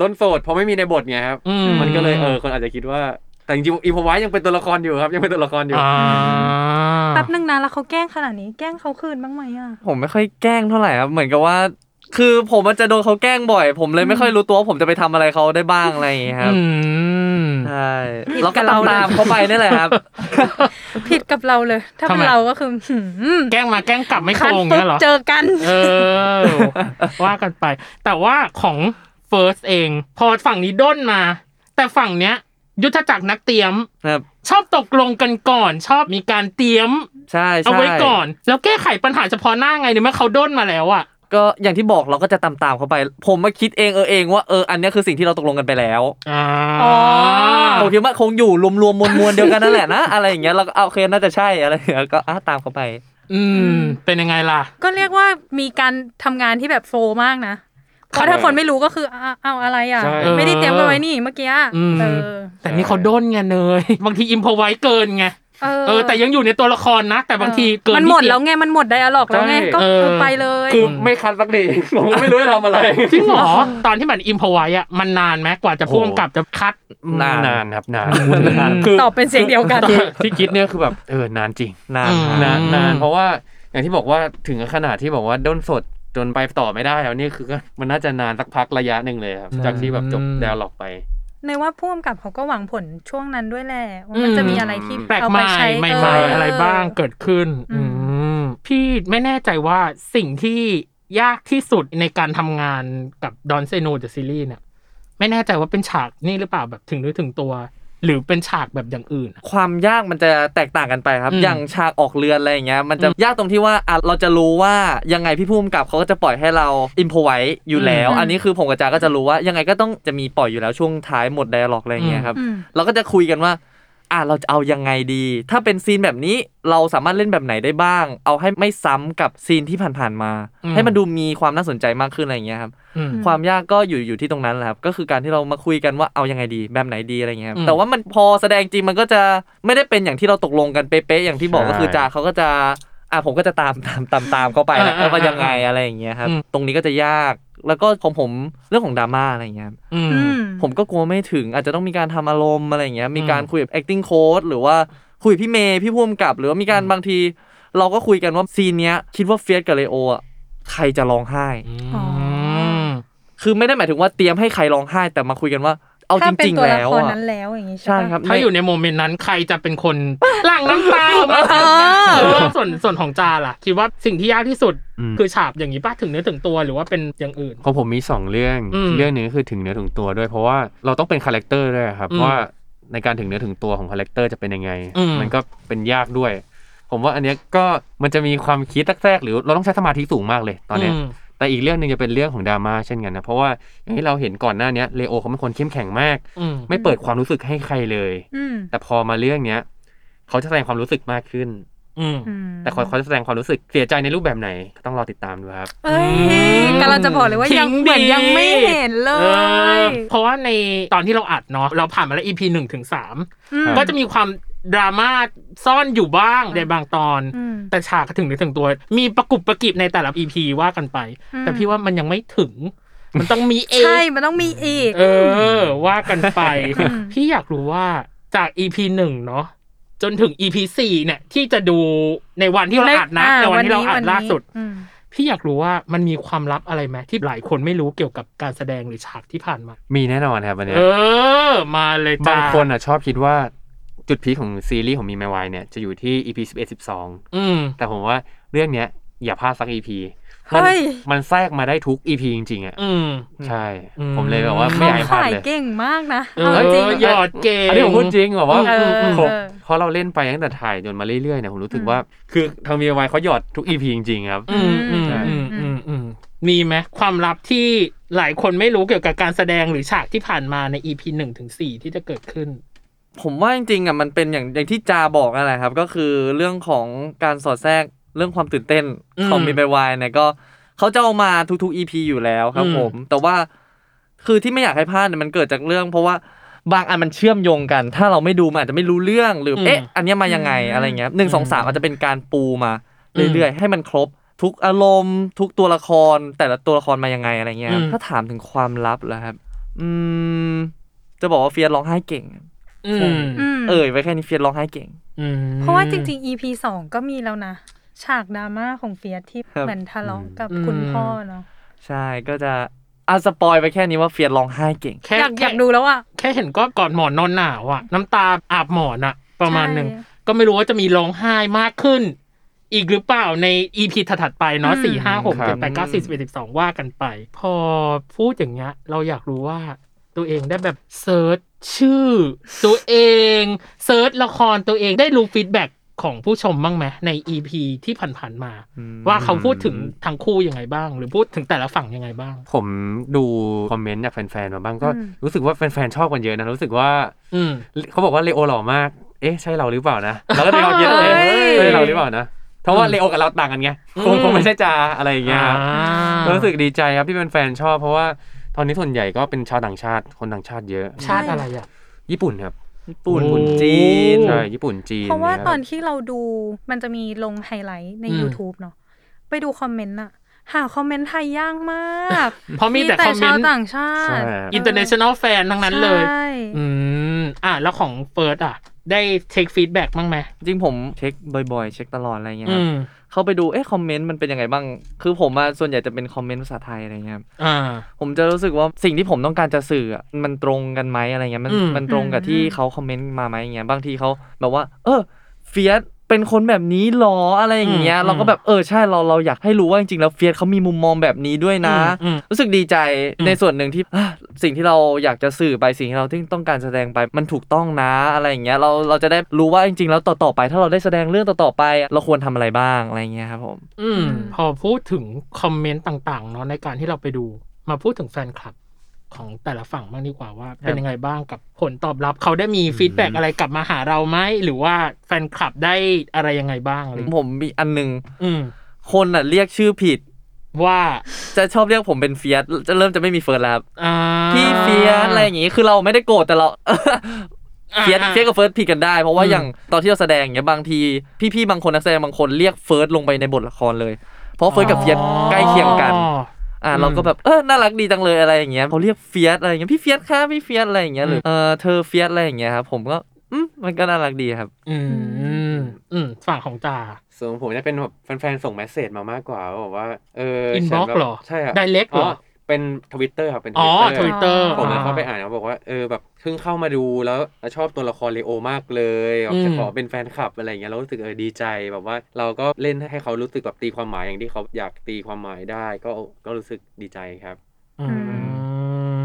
Speaker 4: ด้นโสดเพราะไม่มีในบทไงครับ
Speaker 2: อื
Speaker 4: มันก็เลยเออคนอาจจะคิดว่า แต่จริงๆอิมพอไวส์ยังเป็นตัวละครอยู่ครับ ยังเป็นตัวละครอยู่
Speaker 2: อ่า
Speaker 3: แป๊บนึงนะแล้วเขาแกล้งขนาดนี้ แกล้งเขาคืนบ้างไหมอะ
Speaker 5: ผมไม่ค่อยแกล้งเท่าไหร่ครับ เหมือนกับว่า คือผมมันจะโดนเขาแกล้งบ่อย ผมเลยไม่ค่อยรู้ตัวว่าผมจะไปทำอะไรเขาได้บ้างอะไรอย่างเงี้ยครับ
Speaker 2: อืม
Speaker 5: ใช่
Speaker 3: ผิด
Speaker 5: เรา
Speaker 3: กั
Speaker 5: ก็
Speaker 3: บ
Speaker 5: ตา
Speaker 3: เรา
Speaker 5: ม
Speaker 3: เลย
Speaker 5: ตามเขาไปนี่แหละครับ
Speaker 3: ผิดกับเราเลย ถ้า
Speaker 2: ทำ
Speaker 3: เป็
Speaker 2: ไม
Speaker 3: นเราก็คือหืม
Speaker 2: แกล้งมาแกล้งกลับไม่
Speaker 3: คั
Speaker 2: โก
Speaker 3: ด
Speaker 2: ง
Speaker 3: ปุ๊
Speaker 2: เงี้
Speaker 3: บ
Speaker 2: ยเหรอ
Speaker 3: เจอกัน
Speaker 2: เออ ว่ากันไป แต่ว่าของเฟิร์สเอง พอฝั่งนี้ด้นมา แต่ฝั่งเนี้ย ยุทธจักรนักเตรียม
Speaker 5: ครับ
Speaker 2: ชอบตกลงกันก่อน ชอบมีการเตรียม
Speaker 5: ใช่
Speaker 2: เอา
Speaker 5: ใช่
Speaker 2: ไว้ก่อน แล้วแก้ไขปัญหาเฉพาะหน้าไงเนี่ยเมื่อเขาด้นมาแล้วอ่ะ
Speaker 5: ก็อย่างที่บอกเราก็จะตามตามเขาไป ผมมาคิดเองเออเองว่าเอออันเนี้ยคือสิ่งที่เราตกลงกันไปแล้ว
Speaker 2: อ๋อ
Speaker 3: อ๋อ
Speaker 5: ผมคิดว่าคงอยู่รวมๆมวลๆเดียวกันนั่นแหละนะ อะไรอย่างเงี้ยเราก็เอาโอเคน่าจะใช่อะไรอย่างเงี้ยก็อ่ะตามเขาไป
Speaker 2: อืม เป็นยังไงล่ะ
Speaker 3: ก็เรียกว่ามีการทำงานที่แบบโฟลว์มากนะ เพราะถ้าคนไม่รู้ก็คืออ่ะเอาอะไรอ่ะ
Speaker 4: ใช่
Speaker 3: ไม่ได้เตรียมกันไว้นี่เมื่อกี้อ่ะ
Speaker 2: อืม
Speaker 3: เออ
Speaker 2: แต่นี่เขาด้นไงเนย บางทีอิมพอไว้เกินไง
Speaker 3: เออ
Speaker 2: เออ แต่ยังอยู่ในตัวละครนะ แต่บางทีเกิน
Speaker 3: มันหมด
Speaker 2: ที่
Speaker 3: แล้วไง มันหมดไดอะล็อกแล้วไง
Speaker 4: ใช่
Speaker 3: ก็
Speaker 2: เออ
Speaker 3: เออไปเลย
Speaker 4: คือไม่คัดสักทีผมก็ไม่รู้จะทำอะไร
Speaker 2: จริงเหรอ ตอนที่มันอิมพอไว้อะมันนานไหมกว่าจะพ่วงกับจะคัด
Speaker 5: นาน
Speaker 4: นานครับนาน
Speaker 2: นาน
Speaker 4: คือ
Speaker 3: ตอบเป็นเสียงเดียวกัน
Speaker 4: คือ ที่คิดเนี่ยคือแบบเออนานจริง
Speaker 5: นาน
Speaker 2: อืม
Speaker 5: นาน
Speaker 4: านนานเพราะว่าอย่างที่บอกว่าถึงขนาดที่บอกว่าด้นสดจนไปต่อไม่ได้แล้วนี่คือก็มันน่าจะนานสักพักระยะหนึ่งเลยครับจากที่แบบจบแดวหลอกไป
Speaker 3: ในว่าพ่วงกับเขาก็หวังผลช่วงนั้นด้วยแหละว่ามัน
Speaker 2: อืม
Speaker 3: จะมีอะไรที่
Speaker 2: แปลก
Speaker 3: เอา
Speaker 2: ให
Speaker 3: ไป
Speaker 2: ม่
Speaker 3: ใช้
Speaker 2: ใหม่
Speaker 3: เ
Speaker 2: ๆอะไรบ้างเกิดขึ้น
Speaker 3: อื
Speaker 2: อืม
Speaker 3: ม
Speaker 2: พี่ไม่แน่ใจว่าสิ่งที่ยากที่สุดในการทำงานกับดอนเซโนเดอะซีรีส์เนี่ยไม่แน่ใจว่าเป็นฉากนี่หรือเปล่าแบบถึงนึกถึงตัว หรือเป็นฉากแบบอย่างอื่นอะ
Speaker 5: ความยากมันจะแตกต่างกันไปครับ
Speaker 2: อืม
Speaker 5: อย่างฉากออกเรือนอะไรอย่างเงี้ยมันจะยากตรงที่ว่าอ่ะเราจะรู้ว่ายังไงพี่ภูมิกับเขาก็จะปล่อยให้เราอินพไว้อยู่แล้ว
Speaker 3: อืม
Speaker 5: อันนี้คือผมกับจาก็จะรู้ว่ายังไงก็ต้องจะมีปล่อยอยู่แล้วช่วงท้ายหมดไดอะล็อกอะไรอย่างเงี้ยครับ
Speaker 3: อืม
Speaker 5: เราก็จะคุยกันว่า อ่ะเราจะเอายังไงดี ถ้าเป็นซีนแบบนี้เราสามารถเล่นแบบไหนได้บ้าง เอาให้ไม่ซ้ำกับซีนที่ผ่านๆมา
Speaker 2: อืม
Speaker 5: ให้มันดูมีความน่าสนใจมากขึ้นอะไรอย่างเงี้ยครับ
Speaker 2: อืม
Speaker 3: ม
Speaker 5: ความยากก็อยู่อยู่ที่ตรงนั้นแหละครับ ก็คือการที่เรามาคุยกันว่าเอายังไงดีแบบไหนดีอะไรเงี้ยครับ
Speaker 2: อืม
Speaker 5: แต่ว่ามันพอแสดงจริงมันก็จะไม่ได้เป็นอย่างที่เราตกลงกันเป๊ะๆอย่างที่บอก
Speaker 4: ใช่
Speaker 5: ก็คือจาเขาก็จะอ่ะผมก็จะตามตามตามตามเขาไปแหละ
Speaker 2: อ่า
Speaker 5: ว่ายังไง
Speaker 2: อ่าอ่า
Speaker 5: อะไรอย่างเงี้ยครับ
Speaker 2: อืม
Speaker 5: ตรงนี้ก็จะยากแล้วก็ของผมเรื่องของดราม่าอะไรเงี้ยครับ
Speaker 2: อื
Speaker 3: อื
Speaker 2: ม
Speaker 3: ม
Speaker 5: ผมก็กลัวไม่ถึงอาจจะต้องมีการทำอารมณ์อะไรเงี้ยมีการ
Speaker 2: อืม
Speaker 5: คุยกับ acting coach หรือว่าคุยกับพี่เมย์พี่พุ่มกับ หรือว่ามีการบางที เราก็คุยกันว่าซีนเนี้ยคิดว่าเฟียสกับเลโออ่ะใครจะร้องไห้
Speaker 3: อ๋อ
Speaker 5: คือไม่ได้หมายถึงว่าเตรียมให้ใครร้องไห้แต่มาคุยกันว่า เอาจ
Speaker 3: ถ้าเป็น
Speaker 5: ริง
Speaker 3: ตัว
Speaker 5: ๆ
Speaker 3: ละ
Speaker 5: แล้ว
Speaker 3: คร
Speaker 5: อะ
Speaker 3: นั้นแล้วอย่างงี้
Speaker 5: ใช่
Speaker 3: ปะ
Speaker 5: ครับ
Speaker 2: ถ้าอยู่ในโมเมนต์นั้นใครจะเป็น คน หลั่งน้ำตาออกมาเออส่วนส่วนของจาล่ะ คิดว่าสิ่งที่ยากที่สุด
Speaker 4: อืม
Speaker 2: คือฉาบอย่างนี้ป้าถึงเนื้อถึงตัวหรือว่าเป็นอย่างอื่น
Speaker 4: ของผมมีสองเรื่อง
Speaker 2: อืม
Speaker 4: เรื่องหนึงก็คือถึงเนื้อถึงตัวด้วย เพราะว่าเราต้องเป็นคาแรคเตอร์ด้วยครับ
Speaker 2: อืม
Speaker 4: ว่าในการถึงเนื้อถึงตัวของคาแรคเตอร์จะเป็นยังไง
Speaker 2: อืม
Speaker 4: มันก็เป็นยากด้วย ผมว่าอันเนี้ยก็มันจะมีความคิดแทรกๆหรือเราต้องใช้สมาธิสูงมากเลยตอนเนี้ย
Speaker 2: ม
Speaker 4: แต่อีกเรื่องหนึ่งจะเป็นเรื่องของดราม่าเช่นกันนะ เพราะว่าอย่างที่เราเห็นก่อนหน้าเนี้ยเลโอเขาเป็นคนเข้มแข็งมาก
Speaker 2: อืม
Speaker 4: ไม่เปิดความรู้สึกให้ใครเลย
Speaker 3: อืม
Speaker 4: แต่พอมาเรื่องเนี้ยเขาจะแสดงความรู้สึกมากขึ้น
Speaker 2: อืม
Speaker 3: อืม
Speaker 4: แต่เขาเขาจะแสดงความรู้สึกเสียใจในรูปแบบไหนก็ต้องรอติดตามดูครับ
Speaker 3: เอ้ย
Speaker 2: อืม
Speaker 3: กำลังจะบอกเลยว่ายัง
Speaker 2: ทิ้งดี
Speaker 3: เหมือนยังไม่เห็นเล
Speaker 2: เออย เพราะว่าในตอนที่เราอัดเนาะเราผ่านมาแล้ว EP หนึ่งถึงสาม
Speaker 3: ม
Speaker 2: ก็จะมีความดราม่าซ่อนอยู่บ้างในบางตอน
Speaker 3: อืม
Speaker 2: แต่ฉากถึงนึกถึงตัว มีประกุบประกิบในแต่ละ EP ว่ากันไป
Speaker 3: อืม
Speaker 2: แต่พี่ว่ามันยังไม่ถึง มันต้องมีเอ
Speaker 3: ใช่
Speaker 2: ง
Speaker 3: มันต้องมีอีก
Speaker 2: เออ ว่ากันไป
Speaker 3: อืม
Speaker 2: พี่อยากรู้ว่าจาก EP หนึ่งเนาะจนถึง EP สี่เนี่ย ที่จะดูในวันที่เราอัดนะในวันที่เราอัดล่าสุด
Speaker 3: อืม
Speaker 2: พี่อยากรู้ว่ามันมีความลับอะไรไหมที่หลายคนไม่รู้เกี่ยวกับการแสดงหรือฉากที่ผ่านมา
Speaker 4: มีแน่นอนครับวันเนี้ย
Speaker 2: เออ มาเลยจ้า
Speaker 4: บางคนอ่ะชอบคิดว่าจุดพีคของซีรีส์ของมีไมวายเนี่ยจะอยู่ที่ EP 11 12
Speaker 2: อืม
Speaker 4: แต่ผมว่าเรื่องเนี้ยอย่าพลาดสัก EP
Speaker 3: เฮ้ย
Speaker 4: มันมันแทรกมาได้ทุก EP จริงๆอ่ะ
Speaker 2: อืม
Speaker 4: ใช่
Speaker 2: อืม
Speaker 4: ผมเลยแบบว่าไม่
Speaker 3: เขา
Speaker 4: อยากให้พลาด
Speaker 3: ขาย
Speaker 4: เลย
Speaker 3: เก่งมากนะ
Speaker 2: เอ
Speaker 3: เอาจริง
Speaker 2: อหยอดเก่ง
Speaker 4: อันนี้ผมพูดจริงแบบว่า
Speaker 3: เออ
Speaker 4: ผม
Speaker 3: เออ
Speaker 4: พอเราเล่นไปตั้งแต่ถ่ายจนมาเรื่อยๆเนี่ยผมรู้สึกว่า คือทางมีวายเขาหยอดทุกอีพีจริงๆครับ
Speaker 2: อืมอืมอืมอืมอืมมีไหมความลับที่หลายคนไม่รู้เกี่ยวกับการแสดงหรือฉากที่ผ่านมาใน EP หนึ่งถึงสี่ที่จะเกิดขึ้น
Speaker 5: ผมว่าจริงๆอ่ะมันเป็นอย่างอย่างที่จาบอกนั่นแหละครับ ก็คือเรื่องของการสอดแทรกเรื่องความตื่นเต้นของ
Speaker 2: อืม
Speaker 5: มีไปวายเนี่ยก็เขาจะเอามาทุกๆ EP อยู่แล้วครับ
Speaker 2: อืม
Speaker 5: ผม แต่ว่าคือที่ไม่อยากให้พลาดเนี่ยมันเกิดจากเรื่อง เพราะว่าบางอันมันเชื่อมโยงกัน ถ้าเราไม่ดูมันอาจจะไม่รู้เรื่องหรืออเอ๊ะอันเนี้ยมายังไงอะไรเงี้ยหนึ่งสองสามอาจจะเป็นการปูมาเรื่อยๆ ให้มันครบ ทุกอารมณ์ทุกตัวละคร แต่ละตัวละครมายังไงอะไรเงี้ยครับ
Speaker 2: อืม
Speaker 5: ถ้าถามถึงความลับเหรอครับ อืม จะบอกว่าเฟียสร้องไห้เก่ง
Speaker 2: อืม
Speaker 3: อืม
Speaker 5: เอ่ยไว้แค่นี้เฟียสร้องไห้เก่ง
Speaker 2: อืม
Speaker 3: เพราะว่าจริง ๆ EP สองก็มีแล้วนะ ฉากดราม่าของเฟียสที่
Speaker 5: ครับ
Speaker 3: เหมือนทะเลาะกับคุณพ่อเนาะ
Speaker 5: ใช่ก็จะอาสปอยไปแค่นี้ว่าเฟียสร้องไห้เก่ง
Speaker 2: แค่
Speaker 3: อยากอ
Speaker 2: แค่
Speaker 3: ยากดูแล้วอ่ะ
Speaker 2: แค่เห็นก็กอดหมอนนอนหนาวอะน้ำตาอาบหมอนอะประมาณหนึ่ง
Speaker 3: ใช่
Speaker 2: ก็ไม่รู้ว่าจะมีร้องไห้มากขึ้น อีกหรือเปล่าใน EP ถัดๆไปเนาะ
Speaker 3: อืม
Speaker 2: สี่ห้าหก
Speaker 4: ครับ
Speaker 2: เจ็ดแปดเก้าสิบสิบเอ็ดสิบสองว่ากันไป พอพูดอย่างเงี้ย เราอยากรู้ว่าตัวเองได้แบบเซิร์ชชื่อ ตัวเองเซิร์ชละครตัวเองได้รู้ฟีดแบ็กของผู้ชมบ้างไหมใน EP ที่ผ่านๆมา ว่าเขาพูดถึงทั้งคู่ยังไงบ้าง หรือพูดถึงแต่ละฝั่งยังไงบ้าง
Speaker 4: ผมดูคอมเมนต์จากแฟนๆมาบ้างก็
Speaker 3: อืม
Speaker 4: รู้สึกว่าแฟนๆชอบกันเยอะนะ รู้สึกว่า
Speaker 2: อืม
Speaker 4: เขาบอกว่าเลโอหล่อมาก เอ๊ะใช่เราหรือเปล่านะแล้วก็เลโอเยอะเลย
Speaker 3: เฮ้ย
Speaker 4: ใช่เราหรือเปล่านะเพราะว่าเลโอกับเราต่างกันไงคง
Speaker 2: อืม
Speaker 4: คงไม่ใช่จาอะไรอย่างเงี้ยครับ
Speaker 2: อ่า
Speaker 4: ก็รู้สึกดีใจครับที่แฟนๆชอบเพราะว่าตอนนี้ส่วนใหญ่ก็เป็นชาวต่างชาติคนต่างชาติเยอะ
Speaker 2: ชาติอะไรอ่ะ
Speaker 4: ญี่ปุ่นครับ
Speaker 5: ญี่ปุ่น
Speaker 2: โอ้
Speaker 5: จีน
Speaker 4: ใช่ญี่ปุ่นจีน
Speaker 3: เพราะว่า
Speaker 4: คบ
Speaker 3: ตอนที่เราดูมันจะมีลงไฮไลท์ใน
Speaker 2: อืม
Speaker 3: YouTube เนาะไปดูคอมเมนต์อะหาคอมเมนต์ไทยยากมาก
Speaker 2: เพราะมีแต่คอมเม
Speaker 3: ชาวน
Speaker 2: ต์
Speaker 3: ต่างชาติ
Speaker 4: ใช่ครับ
Speaker 2: อินเตอร์เนชั่นแนลแฟนทั้งนั้นเลย
Speaker 3: ใช่
Speaker 2: อืม อ่ะ แล้วของเฟิร์สอ่ะ ได้เทคฟีดแบ็กบ้างไหม
Speaker 5: จริงผมเช็คบ่อยๆ เช็คตลอดอะไรเงี้ยค
Speaker 2: อื
Speaker 5: รับ
Speaker 2: ม
Speaker 5: เข้าไปดูเอ๊ะคอมเมนต์มันเป็นยังไงบ้าง คือผมอะส่วนใหญ่จะเป็นคอมเมนต์ภาษาไทยอะไรเงี้ยครับ
Speaker 2: อ่า
Speaker 5: ผมจะรู้สึกว่าสิ่งที่ผมต้องการจะสื่ออะมันตรงกันไหมอะไรเงี้ยมัน
Speaker 2: อืม
Speaker 5: มันตรงกับที่
Speaker 3: อืม
Speaker 5: เขาคอมเมนต์มาไหมเงี้ยบางทีเขาแบบว่า เออเฟียสเป็นคนแบบนี้หรออะไรอย่างเงี้ยเราก็แบบเออใช่เราเราอยากให้รู้ว่าจริงๆแล้วเฟียสเขามีมุมมองแบบนี้ด้วยนะ
Speaker 2: อืม
Speaker 5: รู้สึกดีใจ
Speaker 2: อืม
Speaker 5: ในส่วนหนึ่งที่อ่ะสิ่งที่เราอยากจะสื่อไปสิ่งที่เราที่ต้องการแสดงไปมันถูกต้องนะอะไรอย่างเงี้ยเราเราจะได้รู้ว่าจริงๆแล้วต่อๆไป ถ้าเราได้แสดงเรื่องต่อๆไป เราควรทำอะไรบ้างอะไรอย่างเงี้ยครับผม
Speaker 2: อืม
Speaker 3: อืม
Speaker 2: พอพูดถึงคอมเมนต์ต่างๆ เนาะในการที่เราไปดู มาพูดถึงแฟนคลับ ของแต่ละฝั่งบ้างดีกว่าว่า เป็นยังไงบ้างกับผลตอบรับ เขาได้มีฟีดแบ็กอะไรกลับมาหาเราไหม หรือว่าแฟนคลับได้อะไรยังไงบ้างอะไรอย่างเงี้ย
Speaker 5: ผมมีอันหนึง
Speaker 2: อืม
Speaker 5: คนอ่ะเรียกชื่อผิด
Speaker 2: ว่า
Speaker 5: จะชอบเรียกผมเป็นเฟียสจะเริ่มจะไม่มีเฟิร์สแล้วครับ
Speaker 2: อ่า
Speaker 5: พี่เฟียสอะไรอย่างงี้คือเราไม่ได้โกรธแต่เรา
Speaker 2: อ่า
Speaker 5: เฟียสเฟียสกับเฟิร์สผิดกันได้ เพราะว่า
Speaker 2: อืม
Speaker 5: อย่างตอนที่เราแสดงเนี่ยบางที พี่ๆบางคนนักแสดงบางคนเรียกเฟิร์สลงไปในบทละครเลย เพราะเฟิร์สกับเฟียสใกล้เคียงกัน
Speaker 2: อ๋อ
Speaker 5: อ่า
Speaker 2: อืม
Speaker 5: เราก็แบบเออน่ารักดีจังเลยอะไรอย่างเงี้ยเขาเรียกเฟียสอะไรอย่างเงี้ยพี่เฟียสค่ะพี่เฟียสอะไรอย่างเงี้ยหรืออ
Speaker 2: ม
Speaker 5: เออเธอเฟียสอะไรอย่างเงี้ยครับผมก็อืมมันก็น่ารักดีครับ
Speaker 2: อืม อืม ฝั่งของจ่า
Speaker 4: ส่วนของผมจะเป็นแบบแฟนๆ ส่งเมสเซจมามากกว่าว่าบอกว่าเออ
Speaker 2: Inbox
Speaker 4: ฉันแบบ
Speaker 2: เหรอ
Speaker 4: ใช่ครับ
Speaker 2: Direct เหรอ
Speaker 4: เป็นทวิตเตอร์ครับเป็น
Speaker 2: อ๋อ
Speaker 4: Twitter
Speaker 2: ทวิตเตอร์
Speaker 4: ผมเลยเข้าไปอ่านเขาบอกว่าเออแบบเพิ่งเข้ามาดูแล้วชอบตัวละครเลโอมากเลยแบบ
Speaker 2: อืม
Speaker 4: จะขอเป็นแฟนคลับอะไรเงี้ยเรารู้สึกเออดีใจแบบว่าเราก็เล่นให้เขารู้สึกแบบตีความหมายอย่างที่เขาอยากตีความหมายได้ ก็ก็รู้สึกดีใจครับ
Speaker 2: อื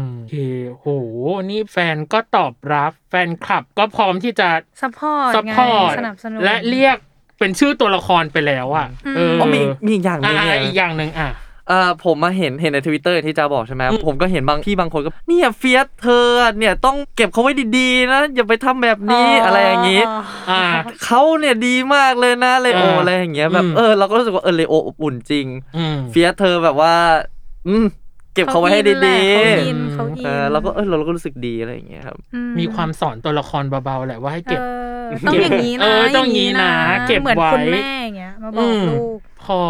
Speaker 2: มโอเคโห นี่แฟนก็ตอบรับ แฟนคลับก็พร้อมที่จะ
Speaker 3: ซัพพอร์ต
Speaker 2: ซัพ
Speaker 3: ไง
Speaker 2: พอร์ต
Speaker 3: สนับสนุน
Speaker 2: และเรียก เป็นชื่อตัวละครไปแล้วอ่ะ
Speaker 3: อืม
Speaker 2: เออ
Speaker 5: อ๋อมีมีอีกอย่างหนึง
Speaker 2: อ่า
Speaker 5: เนี่ย
Speaker 2: อีกอย่างหนึ่งอ่ะ
Speaker 5: เอ่อผมมาเห็นเห็นในทวิตเตอร์ที่จาบอกใช่ไหม
Speaker 2: อืม
Speaker 5: ผมก็เห็นบางพี่บางคนก็เนี่ยเฟียสเธอเนี่ยต้องเก็บเขาไว้ดีๆนะอย่าไปทำแบบนี้อะไรอย่างนี้
Speaker 3: นี้
Speaker 2: อ่า
Speaker 5: เขาเนี่ยดีมากเลยนะเลโอ
Speaker 2: อ่า
Speaker 5: อะไรอย่างเงี้ยแบบ
Speaker 2: อืม
Speaker 5: เออเราก็รู้สึกว่าเออเลโออบอุ่นจริง
Speaker 2: อืม
Speaker 5: เฟียสเธอแบบว่า อืมเก็บเขาไว้ให้ดี
Speaker 3: เขา
Speaker 2: อิ
Speaker 3: อิ
Speaker 2: น
Speaker 3: น
Speaker 2: เขา
Speaker 3: เขา
Speaker 2: อิน
Speaker 3: อิน
Speaker 5: ๆเออเราก็เออเราก็รู้สึกดีอะไรอย่างเงี้ยครับ
Speaker 3: อื
Speaker 2: มีความสอนตัวละครเบาๆแหละว่าให้เก็บ
Speaker 3: ออต้องอย่างนี้
Speaker 2: เอ
Speaker 3: นะ
Speaker 2: อต้องอย่างนี้นะเก็บไว้
Speaker 3: เหมือนคุณแม่อย่างเงี้ยมาบอกลูก
Speaker 2: พอ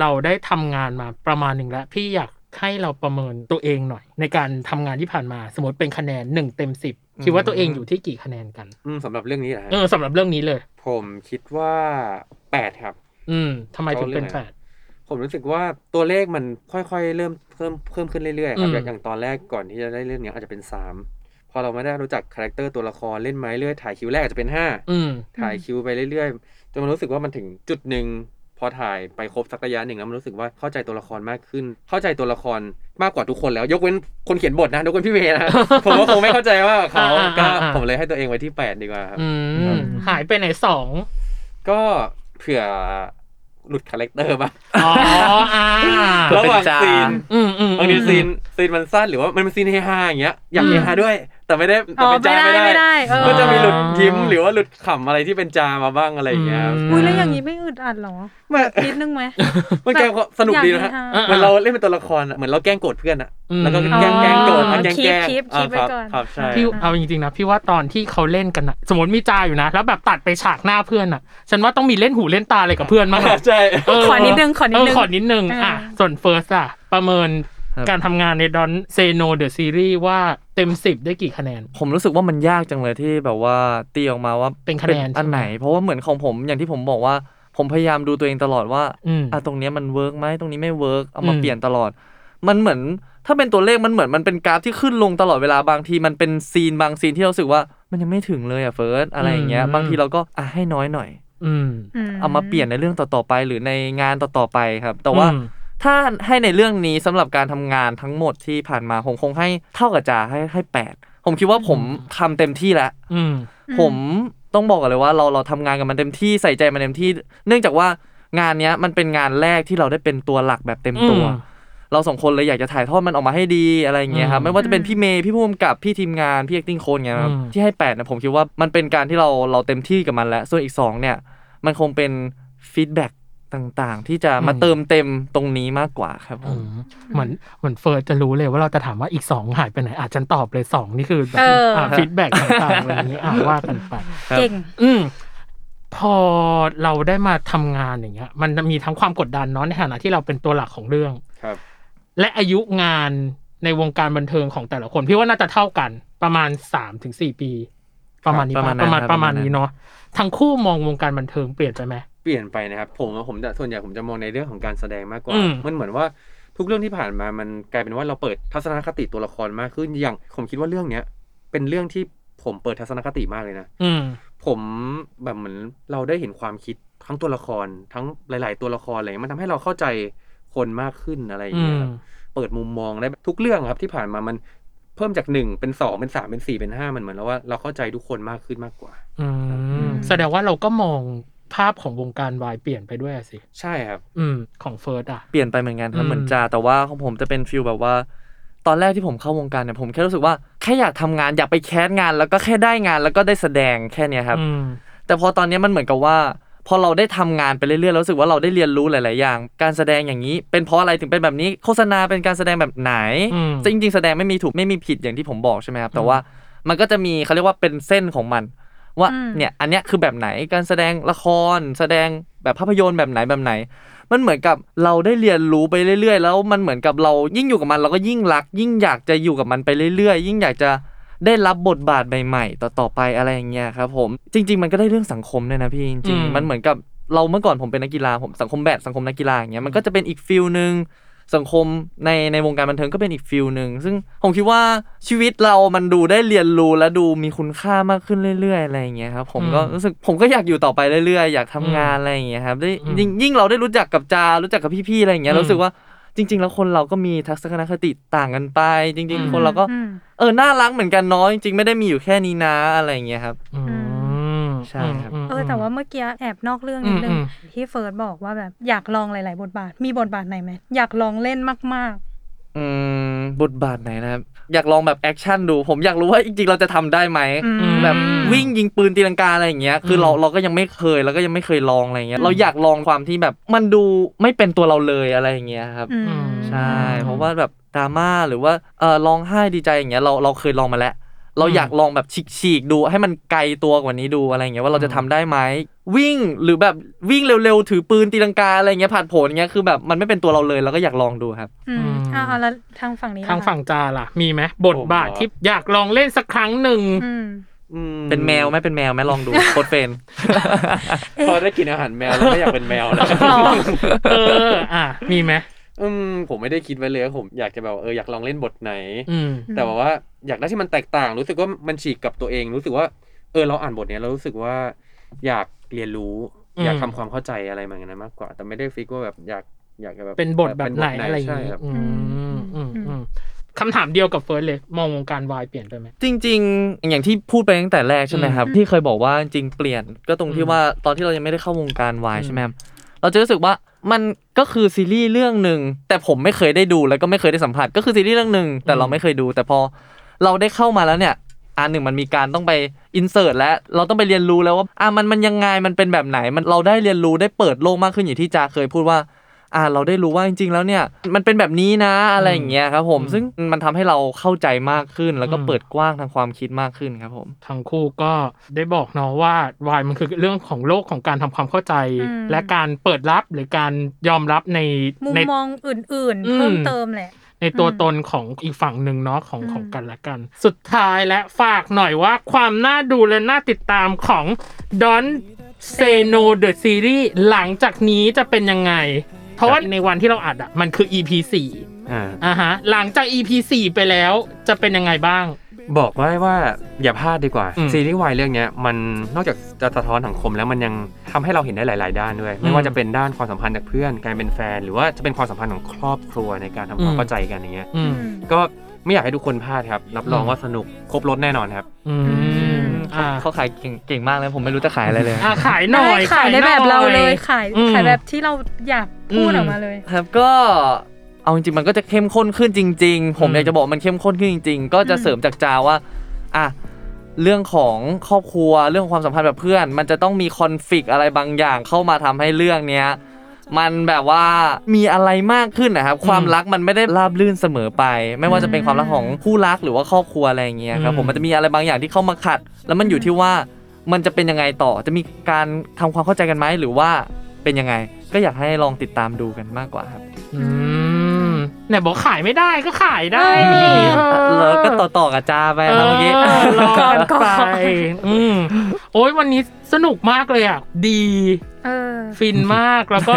Speaker 2: เราได้ทำงานมาประมาณหนึ่งแล้ว พี่อยากให้เราประเมินตัวเองหน่อย ในการทำงานที่ผ่านมา สมมติเป็นคะแนนหนึ่งเต็มสิบ
Speaker 5: อืม
Speaker 2: คิดว่าตัวเองอยู่ที่กี่คะแนนกัน
Speaker 4: อืมสำหรับเรื่องนี้นะฮะ
Speaker 2: เออสำหรับเรื่องนี้เลย
Speaker 4: ผมคิดว่าแปดครับ
Speaker 2: อืมทำไมถึงเป็นแปด
Speaker 4: ผมรู้สึกว่าตัวเลขมันค่อยๆ เริ่มเพิ่มเพิ่มขึ้นเรื่อยๆครั
Speaker 2: อื
Speaker 4: บ
Speaker 2: ม
Speaker 4: อย่างอย่างตอนแรกก่อนที่จะได้เรื่องเนี้ยอาจจะเป็นสามพอเราไม่ได้รู้จักคาแรคเตอร์ตัวละครเล่นไม้เรื่อยถ่ายคิวแรกอาจจะเป็นห้า
Speaker 2: อืม
Speaker 4: ถ่ายคิวไปเรื่อยๆจนมันรู้สึกว่ามันถึงจุดหนึ่งพอถ่ายไปครบสักระยะหนึ่งแล้วมันรู้สึกว่าเข้าใจตัวละครมากขึ้น เข้าใจตัวละครมากกว่าทุกคนแล้ว ยกเว้นคนเขียนบทนะยกเว้นพี่เมย์นะ ผมว่าคงไม่เข้าใจว่าเขา
Speaker 2: อ่า
Speaker 4: ก็
Speaker 2: อ่าอ่า
Speaker 4: ผมเลยให้ตัวเองไว้ที่แปดดีกว่าครับ
Speaker 2: อื
Speaker 4: ครั
Speaker 2: ม
Speaker 4: บ
Speaker 2: หายไปไหนสอง
Speaker 4: ก็เผื่อหลุดคาแรคเตอร์บ้าง
Speaker 2: อ๋อ อ่า
Speaker 4: ระหว่างซีน
Speaker 2: อืมอืม
Speaker 4: บางทีซีนซีนมันสั้นหรือว่ามันเป็นซีนเฮฮาอย่างเงี้ยอยาก
Speaker 3: อืม
Speaker 4: เฮฮาด้วย แต่ไม่ได้แต่
Speaker 3: อ๋อ
Speaker 4: เป็น
Speaker 3: ไม่
Speaker 4: จา
Speaker 3: ได้
Speaker 4: ไม่
Speaker 3: ไม่
Speaker 4: ได้
Speaker 3: ได้เออ
Speaker 4: ก็จะมีหลุดยิ้มหรือว่าหลุดขำอะไรที่เป็นจามาบ้างอะไรอย่างเงี้ย
Speaker 3: อุ้ยแล้วอย่างนี้ไม่อึดอัดเหรอ
Speaker 4: มัน
Speaker 3: นิดนึงไหม
Speaker 4: มันแกล้งก็สนุกดีนะฮะ
Speaker 3: อยากเฮฮา
Speaker 4: เหมือนเราเล่นเป็นตัวละครอะเหมือนเราแกล้งโกรธเพื่อนอะ
Speaker 2: อืม
Speaker 4: แล้วก็แกล้งแกล้งโกรธ
Speaker 3: อ๋อ
Speaker 4: แกล้งแกล้ง
Speaker 3: คีปคีปคีปไว้
Speaker 4: า
Speaker 3: ก่อน
Speaker 4: ครับครับใช่
Speaker 2: พี่เอาจริงๆนะพี่ว่าตอนที่เขาเล่นกันอะสมมติมีจาอยู่นะ แล้วแบบตัดไปฉากหน้าเพื่อนอะฉันว่าต้องมีเล่นหูเล่นตาอะไรกับเพื่อน มาก
Speaker 4: ใช่
Speaker 2: เ
Speaker 3: ขอนิดนึงขอนิดนึง
Speaker 2: เขอนิดนึง
Speaker 3: เอออ่
Speaker 2: อ่ะ ส่วนเฟิร์สอ่ะ ประเมิน
Speaker 5: ครับ
Speaker 2: การทำงานในดอนเซโนเดอะซีรีส์ว่าเต็มสิบได้กี่คะแนน
Speaker 5: ผมรู้สึกว่ามันยากจังเลยที่แบบว่าตีออกมาว่า
Speaker 2: เป็นคะแนน
Speaker 5: อันไหน
Speaker 2: ใช่ไหม
Speaker 5: เพราะว่าเหมือนของผมอย่างที่ผมบอกว่า ผมพยายามดูตัวเองตลอดว่า
Speaker 2: อืม
Speaker 5: อ่ะตรงเนี้ยมันเวิร์กไหมตรงนี้ไม่เวิร์กเอามา
Speaker 2: อืม
Speaker 5: เปลี่ยนตลอด มันเหมือนถ้าเป็นตัวเลขมันเหมือนมันเป็นกราฟที่ขึ้นลงตลอดเวลาบางทีมันเป็นซีนบางซีนที่เรารู้สึกว่ามันยังไม่ถึงเลยอ่ะเฟิร์สอะไรอย่างเงี้ย
Speaker 2: อืม
Speaker 5: บางทีเราก็อ่ะให้น้อยหน่อย
Speaker 2: อืม
Speaker 5: เอามาเปลี่ยนในเรื่องต่อๆไปหรือในงานต่อๆไปครับ แต่ว่า
Speaker 2: อืม
Speaker 5: ถ้าให้ในเรื่องนี้สำหรับการทำงานทั้งหมดที่ผ่านมาผมคงให้เท่ากับจ่าให้ให้แปดผมคิดว่าผมทำเต็มที่แล้ว
Speaker 2: อืม
Speaker 3: อืม
Speaker 5: ผมต้องบอกกันเลยว่าเราเราทำงานกันมันเต็มที่ใส่ใจมันเต็มที่ เนื่องจากว่างานเนี้ยมันเป็นงานแรกที่เราได้เป็นตัวหลักแบบเต็มตัว
Speaker 2: อืม
Speaker 5: เราสองคนเลยอยากจะถ่ายทอดมันออกมาให้ดีอะไรอย่างเงี้ยค
Speaker 2: อื
Speaker 5: รับ
Speaker 2: ม
Speaker 5: ไม่ว่าจะเป็นพี่เมย์พี่พุ่มกับพี่ทีมงานพี่ acting โคนเงี้ยครับ
Speaker 2: อืม
Speaker 5: ที่ให้แปดนะผมคิดว่ามันเป็นการที่เราเราเต็มที่กับมันแล้วส่วนอีกสองเนี่ยมันคงเป็นฟีดแบ็กต่างๆ ที่จะมาเติมเต็มตรงนี้มากกว่าครับผ
Speaker 2: อื
Speaker 5: ม
Speaker 2: มเหมือนเหมือนเฟิร์สจะรู้เลยว่าเราจะถามว่าอีกสองหายไปไหนอาจจะฉันตอบเลยสองนี่คือแบบ
Speaker 3: เอออ่
Speaker 2: ่าฟีดแบ็กต่างๆอะไรอย่างนี้อ่าว่ากันไป
Speaker 5: ครับ
Speaker 3: เก่ง
Speaker 2: อืมพอเราได้มาทำงานอย่างเงี้ย มันมีทั้งความกดดันเนาะในฐานะที่เราเป็นตัวหลักของเรื่อง
Speaker 4: ครับ
Speaker 2: และอายุงานในวงการบันเทิงของแต่ละคน พี่ว่าน่าจะเท่ากันประมาณสามถึงสี่ปี ประมาณนี้
Speaker 5: ครับ
Speaker 2: ปะประ
Speaker 5: ป
Speaker 2: ระ
Speaker 5: มา
Speaker 2: มาณ
Speaker 5: ณนั้น
Speaker 2: ประมาณ
Speaker 5: ครับ
Speaker 2: นี้เนาะทั้งคู่มองวงการบันเทิงเปลี่ยนไปไหม
Speaker 4: เปลี่ยนไปนะครับผมว่าผมจะส่วนใหญ่ผมจะมองในเรื่องของการแสดงมากกว่า
Speaker 2: อืม
Speaker 4: มันเหมือนว่าทุกเรื่องที่ผ่านมามันกลายเป็นว่าเราเปิดทัศนคติตัวละครมากขึ้นอย่าง ผมคิดว่าเรื่องเนี้ยเป็นเรื่องที่ผมเปิดทัศนคติมากเลยนะ
Speaker 2: อืม
Speaker 4: ผมแบบเหมือนเราได้เห็นความคิดทั้งตัวละครทั้งหลาย ๆ ตัวละครอะไรเงี้ยมันทำให้เราเข้าใจคนมากขึ้นอะไรอย่าง
Speaker 2: อื
Speaker 4: เงี้ย
Speaker 2: ม
Speaker 4: ครับเปิดมุมมองได้ทุกเรื่องครับที่ผ่านมามันเพิ่มจากหนึ่งเป็นสองเป็นสามเป็นสี่เป็นห้ามันเหมือนแล้วว่าเราเข้าใจทุกคนมากขึ้นมากกว่า
Speaker 2: อืมแสดงว่าเราก็มองภาพของวงการวายเปลี่ยนไปด้วยอะสิ
Speaker 4: ใช่ครับ
Speaker 2: อืม ของเฟิร์สอ่ะ
Speaker 5: เปลี่ยนไปเหมือนกันค
Speaker 2: อื
Speaker 5: รับ
Speaker 2: ม
Speaker 5: เหมือนจาแต่ว่าของผมจะเป็นฟิลแบบว่า ตอนแรกที่ผมเข้าวงการเนี่ยผมแค่รู้สึกว่าแค่อยากทำงานอยากไปแคสงาน แล้วก็แค่ได้งานแล้วก็ได้แสดงแค่เนี้ยครับ
Speaker 2: อืม
Speaker 5: แต่พอตอนเนี้ยมันเหมือนกับว่า พอเราได้ทำงานไปเรื่อยๆแล้วรู้สึกว่าเราได้เรียนรู้หลาย ๆ อย่าง การแสดงอย่างนี้ เป็นเพราะอะไรถึงเป็นแบบนี้โฆษณาเป็นการแสดงแบบไหน
Speaker 2: อืม
Speaker 5: จริง ๆ แสดงไม่มีถูกไม่มีผิดอย่างที่ผมบอกใช่ไหมครับแต่ว่ามันก็จะมีเขาเรียกว่าเป็นเส้นของมัน ว่า
Speaker 3: อืม
Speaker 5: เนี่ยอันเนี้ยคือแบบไหนการแสดงละคร แสดงแบบภาพยนตร์แบบไหนแบบไหน มันเหมือนกับเราได้เรียนรู้ไปเรื่อย ๆ แล้วมันเหมือนกับเรายิ่งอยู่กับมันเราก็ยิ่งรัก ยิ่งอยากจะอยู่กับมันไปเรื่อย ๆ ยิ่งอยากจะได้รับบทบาทใหม่ๆ ต่อๆไปอะไรอย่างเงี้ยครับผมจริง ๆ มันก็ได้เรื่องสังคมด้วยนะพี่จ
Speaker 2: อื
Speaker 5: ริง
Speaker 2: ม
Speaker 5: ๆมันเหมือนกับเราเมื่อก่อนผมเป็นนักกีฬาผมสังคมแบดสังคมนักกีฬาอย่างเงี้ยมันก็จะเป็นอีกฟิลหนึ่งสังคมในในวงการบันเทิงก็เป็นอีกฟิลหนึ่งซึ่งผมคิดว่าชีวิตเรามันดูได้เรียนรู้และดูมีคุณค่ามากขึ้นเรื่อย ๆ อะไรอย่างเงี้ยครับผมก็
Speaker 2: อืม
Speaker 5: รู้สึกผมก็อยากอยู่ต่อไปเรื่อยๆอยากทำงานอะไรอย่างเงี้ยครับได้ยิ่ง ยิ่งเราได้รู้จักกับจา รู้จักกับพี่ๆ อะไรอย่างเงี้ย
Speaker 2: อืม
Speaker 5: เรารู้สึกว่าจริง ๆ แล้วคนเราก็มีทัศนคติต่างกันไป จริง
Speaker 2: อืม
Speaker 5: ๆ คนเราก็
Speaker 3: อืม
Speaker 5: เออ น่ารักเหมือนกันเนาะจริงๆ ไม่ได้มีอยู่แค่นี้นะอะไรอย่างเงี้ยครับ
Speaker 2: อืม
Speaker 5: ใช่ครับ
Speaker 2: มม
Speaker 3: เออแต่ว่าเมื่อกี้แอบนอกเรื่องนิดนึ
Speaker 2: อื
Speaker 3: ง
Speaker 2: ม
Speaker 3: ที่เฟิร์สบอกว่าแบบอยากลองหลาย ๆ บทบาทมีบทบาทไหนไหมอยากลองเล่นมาก
Speaker 5: อืมบทบาทไหนนะครับ อยากลองแบบแอคชั่นดู ผมอยากรู้ว่าจริงๆเราจะทำได้ไหม
Speaker 3: ๆ อืม
Speaker 5: แบบวิ่งยิงปืนตีลังกาอะไรอย่างเงี้ย คือเราเราก็ยังไม่เคยแล้วก็ยังไม่เคยลองอะไรอย่างเงี้ย
Speaker 3: อืม
Speaker 5: เราอยากลองความที่แบบมันดูไม่เป็นตัวเราเลยอะไรอย่างเงี้ยครับ
Speaker 3: อืม
Speaker 5: ใช่เพราะว่าแบบดราม่าหรือว่าเออร้องไห้ดีใจอย่างเงี้ยเราเราเคยลองมาแล้ว เราอยากลองแบบฉีกๆดูให้มันไกลตัวกว่านี้ดูอะไรอย่างเงี้ยว่าเราจะทำได้ไหมวิ่งหรือแบบวิ่งเร็วๆถือปืนตีลังกาอะไรอย่างเงี้ยผ่านผลเงี้ยคือแบบมันไม่เป็นตัวเราเลยเราก็อยากลองดูครับ
Speaker 3: อื
Speaker 2: อื
Speaker 3: ม
Speaker 2: ม
Speaker 3: อ่าแล้วทางฝั่งนี้ล่ะ
Speaker 2: ทางฝั่งจาล่ะ มีไหมบทบาทที่อยากลองเล่นสักครั้งหนึ่ง
Speaker 3: อืม
Speaker 4: อื
Speaker 5: เป็นแมวไหมเป็นแมวไหมลองดู โคตรเป็น
Speaker 4: พอได้กินอาหารแมวแล้วก็อยากเป็นแมวแล้ว
Speaker 2: เออ อ่ะ มีไหม
Speaker 4: อืมผมไม่ได้คิดไว้เลยว่าผมอยากจะแบบเอออยากลองเล่นบทไหน
Speaker 2: อืม
Speaker 4: แต่แบบว่าอยากได้ที่มันแตกต่าง รู้สึกว่ามันฉีกกับตัวเอง รู้สึกว่าเออเราอ่านบทเนี้ยเรารู้สึกว่า อยากเรียนรู้
Speaker 2: อืม
Speaker 4: อยากทำความเข้าใจอะไรแบบนั้นมากกว่า แต่ไม่ได้ฟิกว่าแบบอยากอยากจะแบบ
Speaker 2: เป็นบทแบบไหนอะไรอย่าง
Speaker 4: ใช่
Speaker 2: งี้
Speaker 4: ครับ
Speaker 2: อืมอืม
Speaker 3: อืม
Speaker 2: อืมคำถามเดียวกับเฟิร์สเลย มองวงการวายเปลี่ยนไปไหม
Speaker 5: จริงๆ อย่างที่พูดไปตั้งแต่แรกใช่ไหมครับ
Speaker 3: อืม
Speaker 5: ที่เคยบอกว่าจริงๆเปลี่ยนก็ตรงที่ว่าตอนที่เรายังไม่ได้เข้าวงการวาย
Speaker 2: อืม
Speaker 5: ใช่ไหมครับเราจะรู้สึกว่ามันก็คือซีรีส์เรื่องหนึ่งแต่ผมไม่เคยได้ดูแล้วก็ไม่เคยได้สัมผัสก็คือซีรีส์เรื่องหนึ่งแต่เราไม่เคยดู แต่พอเราได้เข้ามาแล้วเนี่ยอันหนึ่งมันมีการต้องไปอินเสิร์ตและเราต้องไปเรียนรู้แล้วว่าอ่ะมันมันยังไงมันเป็นแบบไหนมันเราได้เรียนรู้ได้เปิดโลกมากขึ้นอย่างที่จาเคยพูดว่า อ่าเราได้รู้ว่าจริง ๆ แล้วเนี่ย มันเป็นแบบนี้นะอะไรอย่างเงี้ยครับ ผม
Speaker 2: อืม
Speaker 5: ซึ่งมันทำให้เราเข้าใจมากขึ้น แล้วก็เปิดกว้างทางความคิดมากขึ้นครับผม
Speaker 2: ทั้งคู่ก็ได้บอกเนาะว่าวายมันคือเรื่องของโลกของการทำความเข้าใจ
Speaker 3: อืม
Speaker 2: และการเปิดรับหรือการยอมรับใน
Speaker 3: มุม
Speaker 2: ใน
Speaker 3: มองอื่น
Speaker 2: อื
Speaker 3: ๆ
Speaker 2: ม
Speaker 3: เพิ่มเติมแหละ
Speaker 2: ในตัว
Speaker 3: อืม
Speaker 2: ตนของอีกฝั่งหนึ่งเนาะของ
Speaker 3: อืม
Speaker 2: ของกันและกัน สุดท้ายและฝากหน่อยว่าความน่าดูและน่าติดตามของ Don s a y No The Series หลังจากนี้จะเป็นยังไง เพราะว่าในวันที่เราอัดอะมันคือ EP 4
Speaker 4: อ่า
Speaker 2: อ่าฮะหลังจาก EP 4 ไปแล้วจะเป็นยังไงบ้าง
Speaker 4: บอกไว้ว่าอย่าพลาดดีกว่า
Speaker 2: อืม
Speaker 4: ซีรีส์วายเรื่องเนี้ยมันนอกจากจะสะท้อนสังคมแล้วมันยังทำให้เราเห็นได้หลาย ๆ ด้านด้วย
Speaker 2: อื
Speaker 4: ไม่
Speaker 2: ม
Speaker 4: ว่าจะเป็นด้านความสัมพันธ์กับเพื่อนการเป็นแฟน หรือว่าจะเป็นความสัมพันธ์ของครอบครัวในการทำความ
Speaker 2: อืม
Speaker 4: เข้าใจกันอย่างเงี้ย
Speaker 2: อืม
Speaker 3: อืม
Speaker 4: ก็ไม่อยากให้ทุกคนพลาดครับรับรอง
Speaker 2: อืม
Speaker 4: ว่าสนุกครบรถแน่นอนครับ
Speaker 2: อืมอ่า
Speaker 5: เขาขายเก่งเก่งมากเลยผมไม่รู้จะขายอะไรเลย
Speaker 2: อ่าขายหน่อย
Speaker 3: ได้ขาย
Speaker 2: ห
Speaker 3: ใน
Speaker 2: น่อ
Speaker 3: แบบเราเลยขาย
Speaker 2: อืม
Speaker 3: ขายแบบที่เราอยากพูด
Speaker 2: อืม
Speaker 3: ออกมาเลย
Speaker 5: ครับก็เอาจริงๆมันก็จะเข้มข้นขึ้นจริง ๆ ผมอยากจะบอกมันเข้มข้นขึ้นจริง ๆ ก็จะเสริมจากจาว่าอ่ะเรื่องของครอบครัวเรื่องความสัมพันธ์แบบเพื่อน มันจะต้องมีคอนฟ lict อะไรบางอย่างเข้ามาทำให้เรื่องเนี้ยมันแบบว่ามีอะไรมากขึ้นนะครับ ความรักมันไม่ได้ราบรื่นเสมอไป ไม่ว่าจะเป็นความรักของคู่รักหรือว่าครอบครัวอะไรอย่างเงี้ยครับผมมันจะมีอะไรบางอย่างที่เข้ามาขัด แล้วมันอยู่ที่ว่ามันจะเป็นยังไงต่อจะมีการทำความเข้าใจกันไหมหรือว่าเป็นยังไง ก็อยากให้ลองติดตามดูกันมากกว่าครับ
Speaker 2: อืมเนี่ยบอกขายไม่ได้ก็ขายได้
Speaker 5: แล้วก็ต่อต่อๆกับจ้าไป
Speaker 2: เอ
Speaker 5: ครั
Speaker 2: อ
Speaker 5: บเมื่อกี้
Speaker 2: รอกันไปอืมโอ้ยวันนี้สนุกมากเลยอ่ะ ดี
Speaker 3: เออ
Speaker 2: ฟิน มากแล้วก็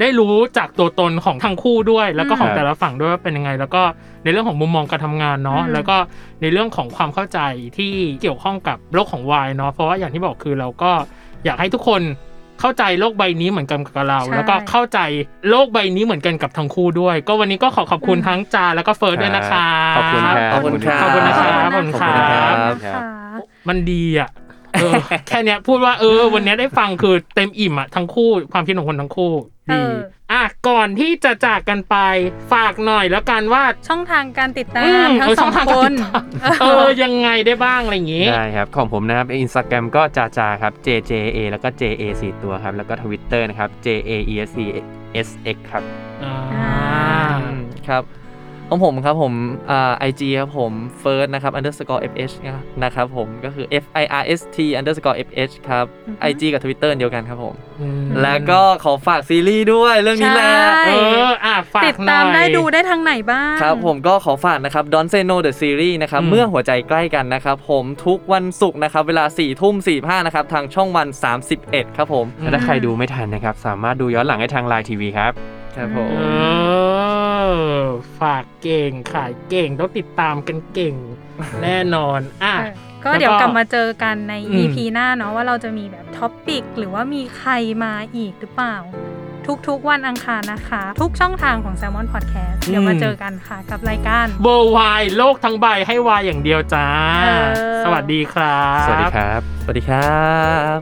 Speaker 2: ได้รู้จากตัวตนของทั้งคู่ด้วย แล้วก็ของ
Speaker 4: ครับ
Speaker 2: แต่ละฝั่งด้วยว่าเป็นยังไง แล้วก็ในเรื่องของมุมมองการทำงานเนาะ
Speaker 3: อืม
Speaker 2: แล้วก็ในเรื่องของความเข้าใจที่เกี่ยวข้องกับโลกของวายเนาะเพราะว่าอย่างที่บอกคือเราก็อยากให้ทุกคนเข้าใจโลกใบนี้เหมือนกันกับเรา แล้วก็เข้าใจโลกใบนี้เหมือนกันกับทั้งคู่ด้วย ก็วันนี้ก็ขอขอบคุณทั้งจาแล้วก็เฟิร์สด้วยนะคะ
Speaker 4: ขอบคุณครับ
Speaker 5: ขอบคุณครับ
Speaker 2: ขอบคุณนะครับขอบคุณครั
Speaker 5: บ
Speaker 3: นะคะ
Speaker 2: มันดีอ่ะเออ แค่เนี้ยพูดว่าเออ วันเนี้ยได้ฟังคือเต็มอิ่มอ่ะทั้งคู่ความคิดของคนทั้งคู่ดี
Speaker 3: เออ
Speaker 2: อ่ะก่อนที่จะจากกันไปฝากหน่อยแล้วกันว่า
Speaker 3: ช่องทางการติดตา
Speaker 2: อื
Speaker 3: ม
Speaker 2: ม
Speaker 3: ทั้ง
Speaker 2: เออ
Speaker 3: ส
Speaker 2: ช่
Speaker 3: อ
Speaker 2: องงทาง
Speaker 3: ค
Speaker 2: การติ
Speaker 3: น
Speaker 2: ดตาม เออยังไงได้บ้างอะไรอย่างงี้
Speaker 4: ได้ครับ ของผมนะครับอินสตาแกรมก็จาจาครับ JJA แล้วก็ JA 4ตัวครับ แล้วก็ทวิตเตอร์นะครับ JAESCSX ครับ
Speaker 2: อ่า
Speaker 5: อืมครับของผมครับผมไอจีครับผมเฟิร์สนะครับ underscore fh นะครับผมก็คือ f i r s t underscore fh ครับ
Speaker 3: อือฮึ
Speaker 5: IG กับ Twitter เดียวกันครับผม
Speaker 3: อืม
Speaker 5: แล้วก็ขอฝากซีรีส์ด้วยเรื่องนี้แหละ
Speaker 3: ใช่
Speaker 2: เอออ่ะฝาก
Speaker 3: ติด
Speaker 2: หน่
Speaker 3: ตา
Speaker 2: อ
Speaker 3: ม
Speaker 2: ย
Speaker 3: ได้ดูได้ทางไหนบ้าง
Speaker 5: ครับผมก็ขอฝากนะครับ Don't Say No The Series นะครับ
Speaker 2: อืม
Speaker 5: เมื่อหัวใจใกล้กันนะครับ ผมทุกวันศุกร์นะครับ เวลา4ี่ทุ่มสี่ห้านะครับ ทางช่องวัน 31 ครับผม
Speaker 4: และถ้าใครดูไม่ทันนะครับ สามารถดูย้อนหลังได้ทางไลน์ทีวีครับ
Speaker 5: ครับผ
Speaker 2: เอ
Speaker 5: ม
Speaker 2: อ ฝากเก่งขายเก่งต้องติดตามกันเก่ง แน่นอน อ่ะ
Speaker 3: เออก็เดี๋ยว
Speaker 2: แล้วก็
Speaker 3: กลับมาเจอกันใน
Speaker 2: อืม
Speaker 3: EP หน้าเนาะว่าเราจะมีแบบท็อปปิกหรือว่ามีใครมาอีกหรือเปล่า ทุกๆ วันอังคารนะคะ ทุกช่องทางของ Salmon Podcast เดี๋ยวมาเจอกันค่ะกับรายการ
Speaker 2: เบอร์วายโลกทั้งใบให้วายอย่างเดียวจ้า
Speaker 3: เออ
Speaker 2: สวัสดีครับ
Speaker 4: สวัสดีครับ
Speaker 5: สวัสดีครับ